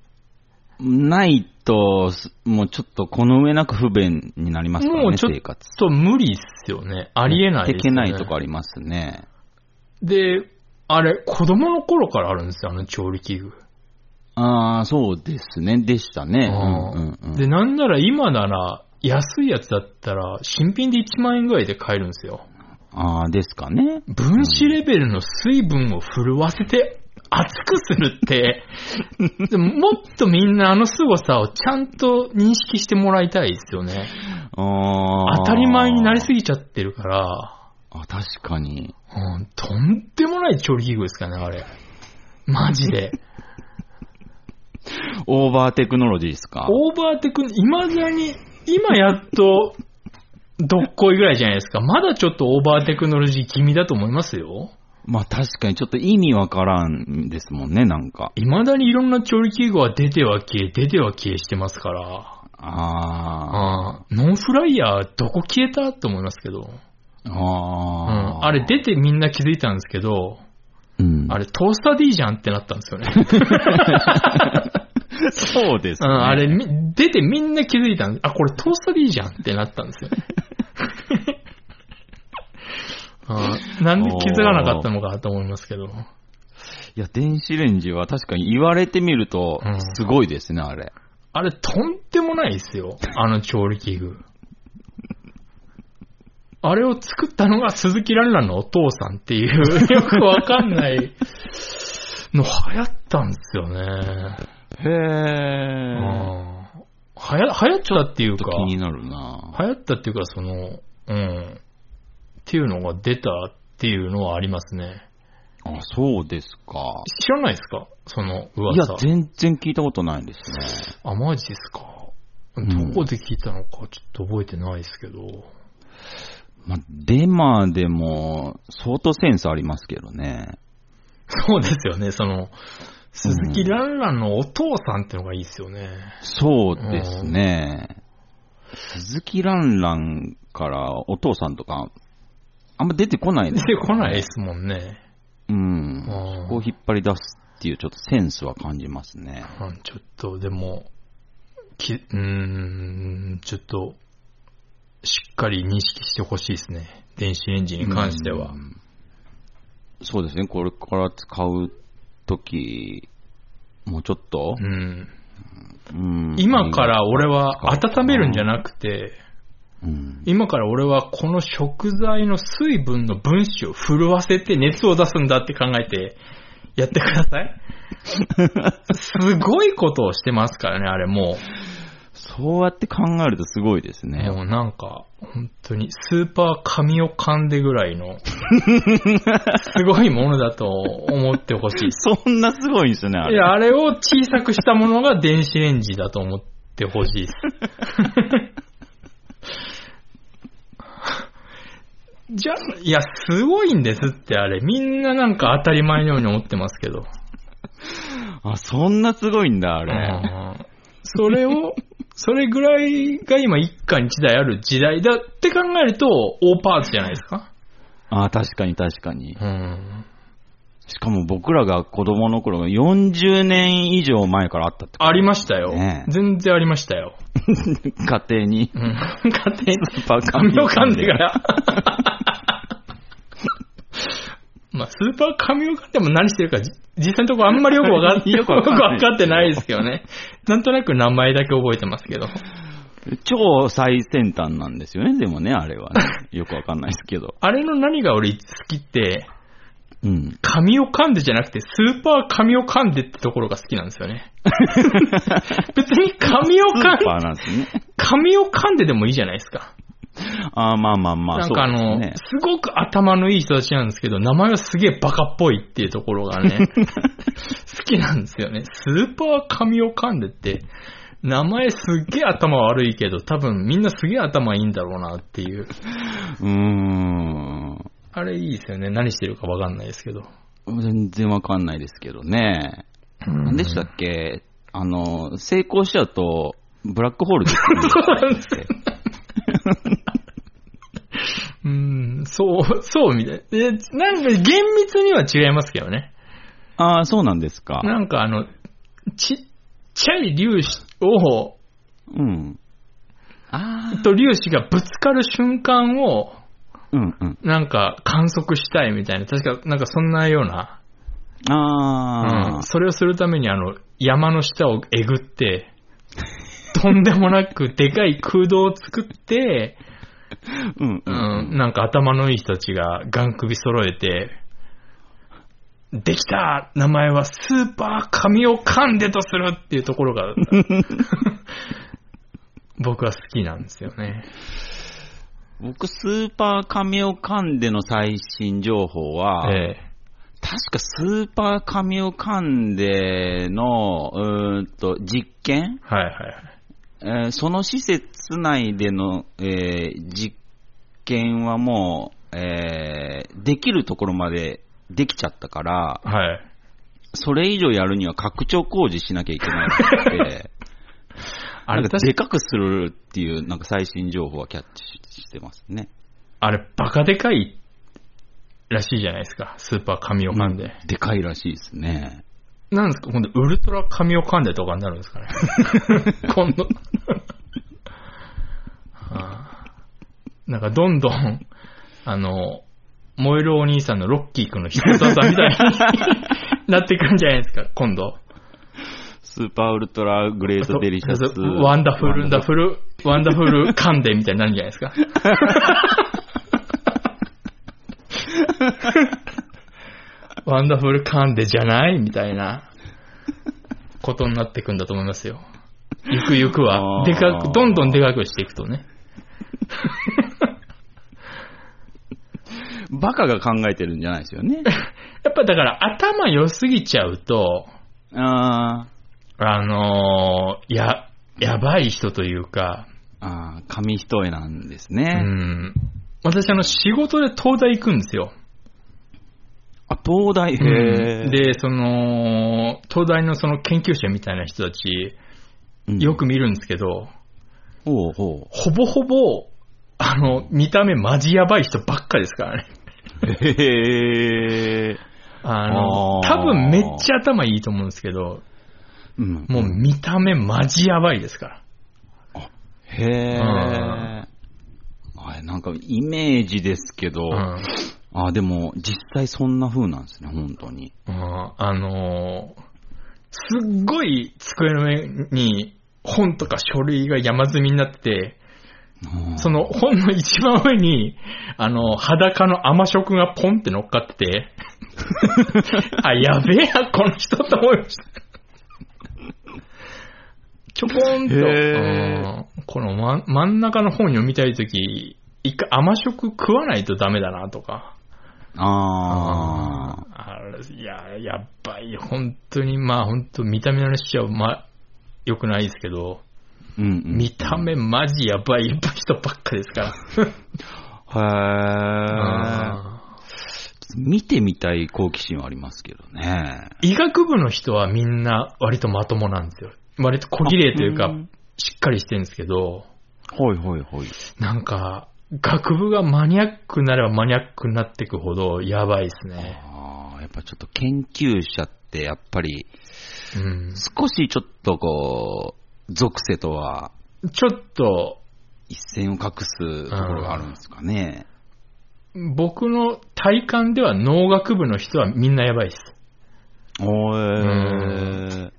B: ないと、すもうちょっとこの上なく不便になりますから
A: もう
B: ね、
A: ちょっと
B: 生活。
A: そう、無理っすよね。あ
B: あ
A: りえない
B: で
A: です
B: き
A: よね。
B: ないとかありますね。
A: で、あれ、子供の頃からあるんですよ、あの調理器具。
B: あー、そうですね。でしたね。うんうんうん。
A: で、なんなら今なら、安いやつだったら、新品で1万円ぐらいで買えるんですよ。
B: あー、ですかね。
A: 分子レベルの水分を震わせて熱くするって、でももっとみんなあの凄さをちゃんと認識してもらいたいですよね。
B: あー。
A: 当たり前になりすぎちゃってるから、
B: あ、確かに。
A: うん、とんでもない調理器具ですからね、あれ。マジで。
B: オーバーテクノロジーですか
A: オーバーテク、今だに、今やっと、どっこいぐらいじゃないですか。まだちょっとオーバーテクノロジー気味だと思いますよ。
B: まあ確かにちょっと意味わからんですもんね、なんか。
A: 未だにいろんな調理器具は出ては消え、出ては消えしてますから。
B: ああ。
A: あーノンフライヤーどこ消えたって思いますけど、うん、
B: ああ。
A: あれ、出てみんな気づいたんですけど、
B: うん、
A: あれトースターでいいじゃんってなったんですよね。
B: そうです
A: うん、
B: ね。
A: あれみ出てみんな気づいたんです。あ、これトースターでいいじゃんってなったんですよ ね。うんなんで気づかなかったのかと思いますけど。
B: いや、電子レンジは確かに言われてみると
A: うん、
B: すごいですね、あれ。
A: あれとんでもないですよ。あの調理器具。あれを作ったのが鈴木蘭々のお父さんっていう、よくわかんないの流行ったんですよね。う
B: へえ
A: ん。はや流行ったっていう
B: ちょ
A: か
B: っと、気になるな
A: 流行ったっていうか、その、うん、っていうのが出たっていうのはありますね。
B: あ、そうですか。
A: 知らないですかその
B: いや
A: 噂。、
B: 全然聞いたことないですね。
A: あ、マジですか。ど
B: ん
A: こで聞いたのかちょっと覚えてないですけど。
B: まあ、デマでも、相当センスありますけどね。
A: そうですよね、その、鈴木ランランのお父さんってのがいいですよね。
B: そうですね。鈴木蘭蘭からお父さんとか、あんま出てこない
A: 出
B: です
A: てこないですもんね。
B: うん。
A: うん
B: そこを引っ張り出すっていうちょっとセンスは感じますね。
A: うんちょっと、でも、き、うーん、ちょっと、しっかり認識してほしいですね。電子レンジに関しては
B: う。んそうですね、これから使うとき、もうちょっと
A: う、ん。
B: うん
A: 今か、ら俺は温めるんじゃなくて、
B: うん
A: 今から俺はこの食材の水分の分子を震わせて熱を出すんだって考えてやってください。すごいことをしてますからね、あれも
B: そうやって考えるとすごいです
A: う。
B: ね。
A: もうなんか、本当にスーパー紙を噛んでぐらいの、すごいものだと思ってほしい。
B: そんなすごいんですよね、あ
A: い
B: れ。
A: や、あれを小さくしたものが電子レンジだと思ってほしい です。じゃ、いや、すごいんですって、あれ。みんななんか当たり前のように思ってますけど。
B: あ、そんなすごいんだ、あ
A: う
B: れ。
A: んそれを、それぐらいが今一家に一台ある時代だって考えると、オーパーツじゃないですか。
B: あ、確かに確かに。
A: うん。
B: しかも僕らが子供の頃が40年以上前からあったってこ
A: ありましたよ。
B: ねえ
A: 全然ありましたよ。
B: と。家庭に
A: う。ん。勝手に
B: 紙
A: 紙を噛んでか。ら。 まあ、スーパー紙を噛んでも何してるか、じ実際のところあんまりよくわかって、 よ
B: よ
A: く
B: く
A: わ
B: わかんない
A: かってないですけどね。なんとなく名前だけ覚えてますけど。
B: 超最先端なんですよね、でもね、あれはね。よくわかんないですけど。
A: あれの何が俺好きって、
B: うん。
A: 紙を噛んでじゃなくて、スーパー紙を噛んでってところが好きなんですよね。 別に紙を
B: スー
A: 噛ん
B: パーなんですね。
A: 紙を噛んででもいいじゃないですか。
B: あーまあまあまあ、
A: なんかあ
B: そ
A: の、
B: う
A: す
B: ですね。
A: ごく頭のいい人たちなんですけど、名前はすげえバカっぽいっていうところ がね、好きなんですよね。スーパー神を噛んでって、名前すっげえ頭悪いけど、多分みんなすげえ頭いいんだろうなっていう。
B: うーん。
A: あれいいですよね。何してるかわかんないですけど。
B: 全然わかんないですけどね。
A: 何
B: 何でしたっけあの、成功しちゃうと、ブラックホールです よね
A: うん、そう、そうみたい。え、なんか厳密には違いますけどね。
B: ああ、そうなんですか。
A: なんかあの、ちっちゃい粒子を、
B: うん。ああ。
A: と粒子がぶつかる瞬間を、
B: うんうん。
A: なんか観測したいみたいな、確かなんかそんなような、
B: ああ、
A: うん、それをするためにあの、山の下をえぐって、とんでもなくでかい空洞を作って、
B: う
A: う、
B: んうんん。
A: なんか頭のいい人たちがガン首揃えて、できた名前はスーパー神を噛んでとするっていうところが、 僕は好きなんですよね。
B: 僕、スーパーカメオカンデの最新情報は、
A: え
B: 確かスーパーカメオカンデの、うーんと、実験、
A: えはいはいはい。
B: えーその施設内での、えー実験はもう、えーできるところまでできちゃったから、
A: はい。
B: それ以上やるには拡張工事しなきゃいけないって言って、
A: あれ
B: なんか
A: 確
B: で
A: か、
B: かくするっていう、なんか最新情報はキャッチしてますね。
A: あれバカでかいらしいじゃないですか。スーパー神を噛んで。
B: でかいらしいですね。
A: なんですか今度ウルトラ神を噛んでとかになるんですかね。今度。はあなんかどんどん、あの、燃えるお兄さんのロッキーくんの必殺技みたいに なってくんじゃないですか、今度。
B: スーパーウルトラグレートデリシャ ス。
A: ワンダフル、ワンダ
B: ル。
A: フル、ワンダフル噛んでみたいになるんじゃないですか。ワンダフル噛んでじゃないみたいなことになってくんだと思いますよ。ゆくゆくは、
B: あー
A: でかく、どんどんでかくしていくとね。
B: バカが考えてるんじゃないです よね。
A: やっぱだから頭良すぎちゃうと、
B: あ
A: あのーや、やばい人というか、
B: ーあー、紙一重なんです
A: う
B: ね。
A: ん。私あの仕事で東大行くんですよ。
B: あ、東大、へー
A: で、その、東大のその研究者みたいな人たち、
B: うん
A: よく見るんですけど、
B: ほうほ
A: ほぼほぼ、あの、見た目マジやばい人ばっかですからね。
B: う。へー
A: あの、
B: あー
A: 多分めっちゃ頭いいと思うんですけど、
B: うん
A: もう見た目マジやばいですから。
B: へえ。
A: ん
B: あれなんかイメージですけど、
A: うん
B: あ、でも実際そんな風なんですね、本当に。
A: うんあのーすっごい机の上に本とか書類が山積みになってて、
B: うん
A: その本の一番上に、あの、裸の甘食がポンって乗っかってて、 あ、やべえな、この人と思いました。ちょこんと、
B: へえ
A: うんこの真真ん中の本読みたいとき、一回甘食食わないとダメだなとか。
B: ああ。
A: あれいや、やっばい、本当に、まあ本当見た目の話は、まあ、良くないですけど、
B: うんうん、
A: 見た目マジやばい人ばっかです から。う
B: へえ。
A: ん
B: 見てみたい好奇心はありますけどね。
A: 医学部の人はみんな割とまともなんですよ。割と小綺麗という
B: あ
A: か
B: うん、
A: しっかりしてるんですけど、
B: はいはいはい。
A: なんか、学部がマニアックになればマニアックになっていくほどやばいですね。
B: ああ、やっぱちょっと研究者ってやっぱり
A: うん。
B: 少しちょっとこう、属性とは
A: ちょっと、
B: 一線を画すところがあるんですかね。
A: 僕の体感では農学部の人はみんなやばいです。
B: お
A: う
B: ー。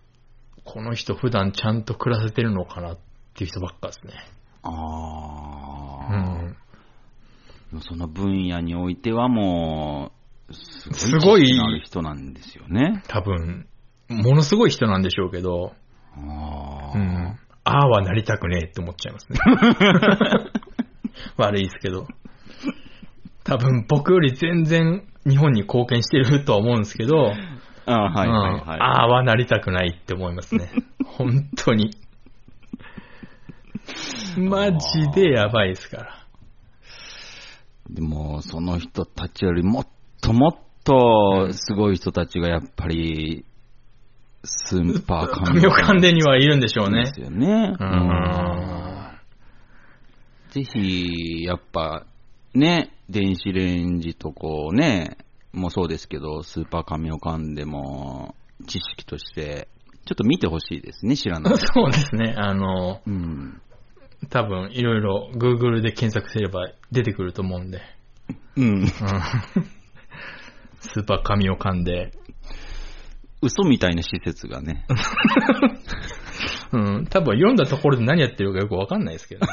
A: この人普段ちゃんと暮らせてるのかなっていう人ばっかですね。
B: あ
A: う
B: あ、
A: ん。
B: でもその分野においてはもう、
A: すごい
B: 知識のある人なんですよね。
A: 多分、ものすごい人なんでしょうけど、
B: あ
A: う
B: あ、
A: ん。ああはなりたくねえって思っちゃいますね。 悪いですけど。多分僕より全然日本に貢献してるとは思うんですけど、
B: ああ、はいはい
A: うん
B: はい。
A: ああはなりたくないって思います ね。本当に。マジでやばいですから。
B: でも、その人たちよりもっともっとすごい人たちがやっぱり、スーパー
A: 神岡関連にはいるんでしょうね
B: で。すよね。
A: う
B: うんんぜひ、やっぱ、ね、電子レンジとこうね、もそうですけど、スーパー神岡関でも知識として、ちょっと見てほしいですね、知ら ない。
A: そうですね。あの、
B: うん。
A: 多分いろいろ Google で検索すれば出てくると思うんで。
B: うん。
A: うんスーパー神を噛んで。
B: 嘘みたいな施設がね。
A: うん、多分読んだところで何やってるかよくわかんないですけどね。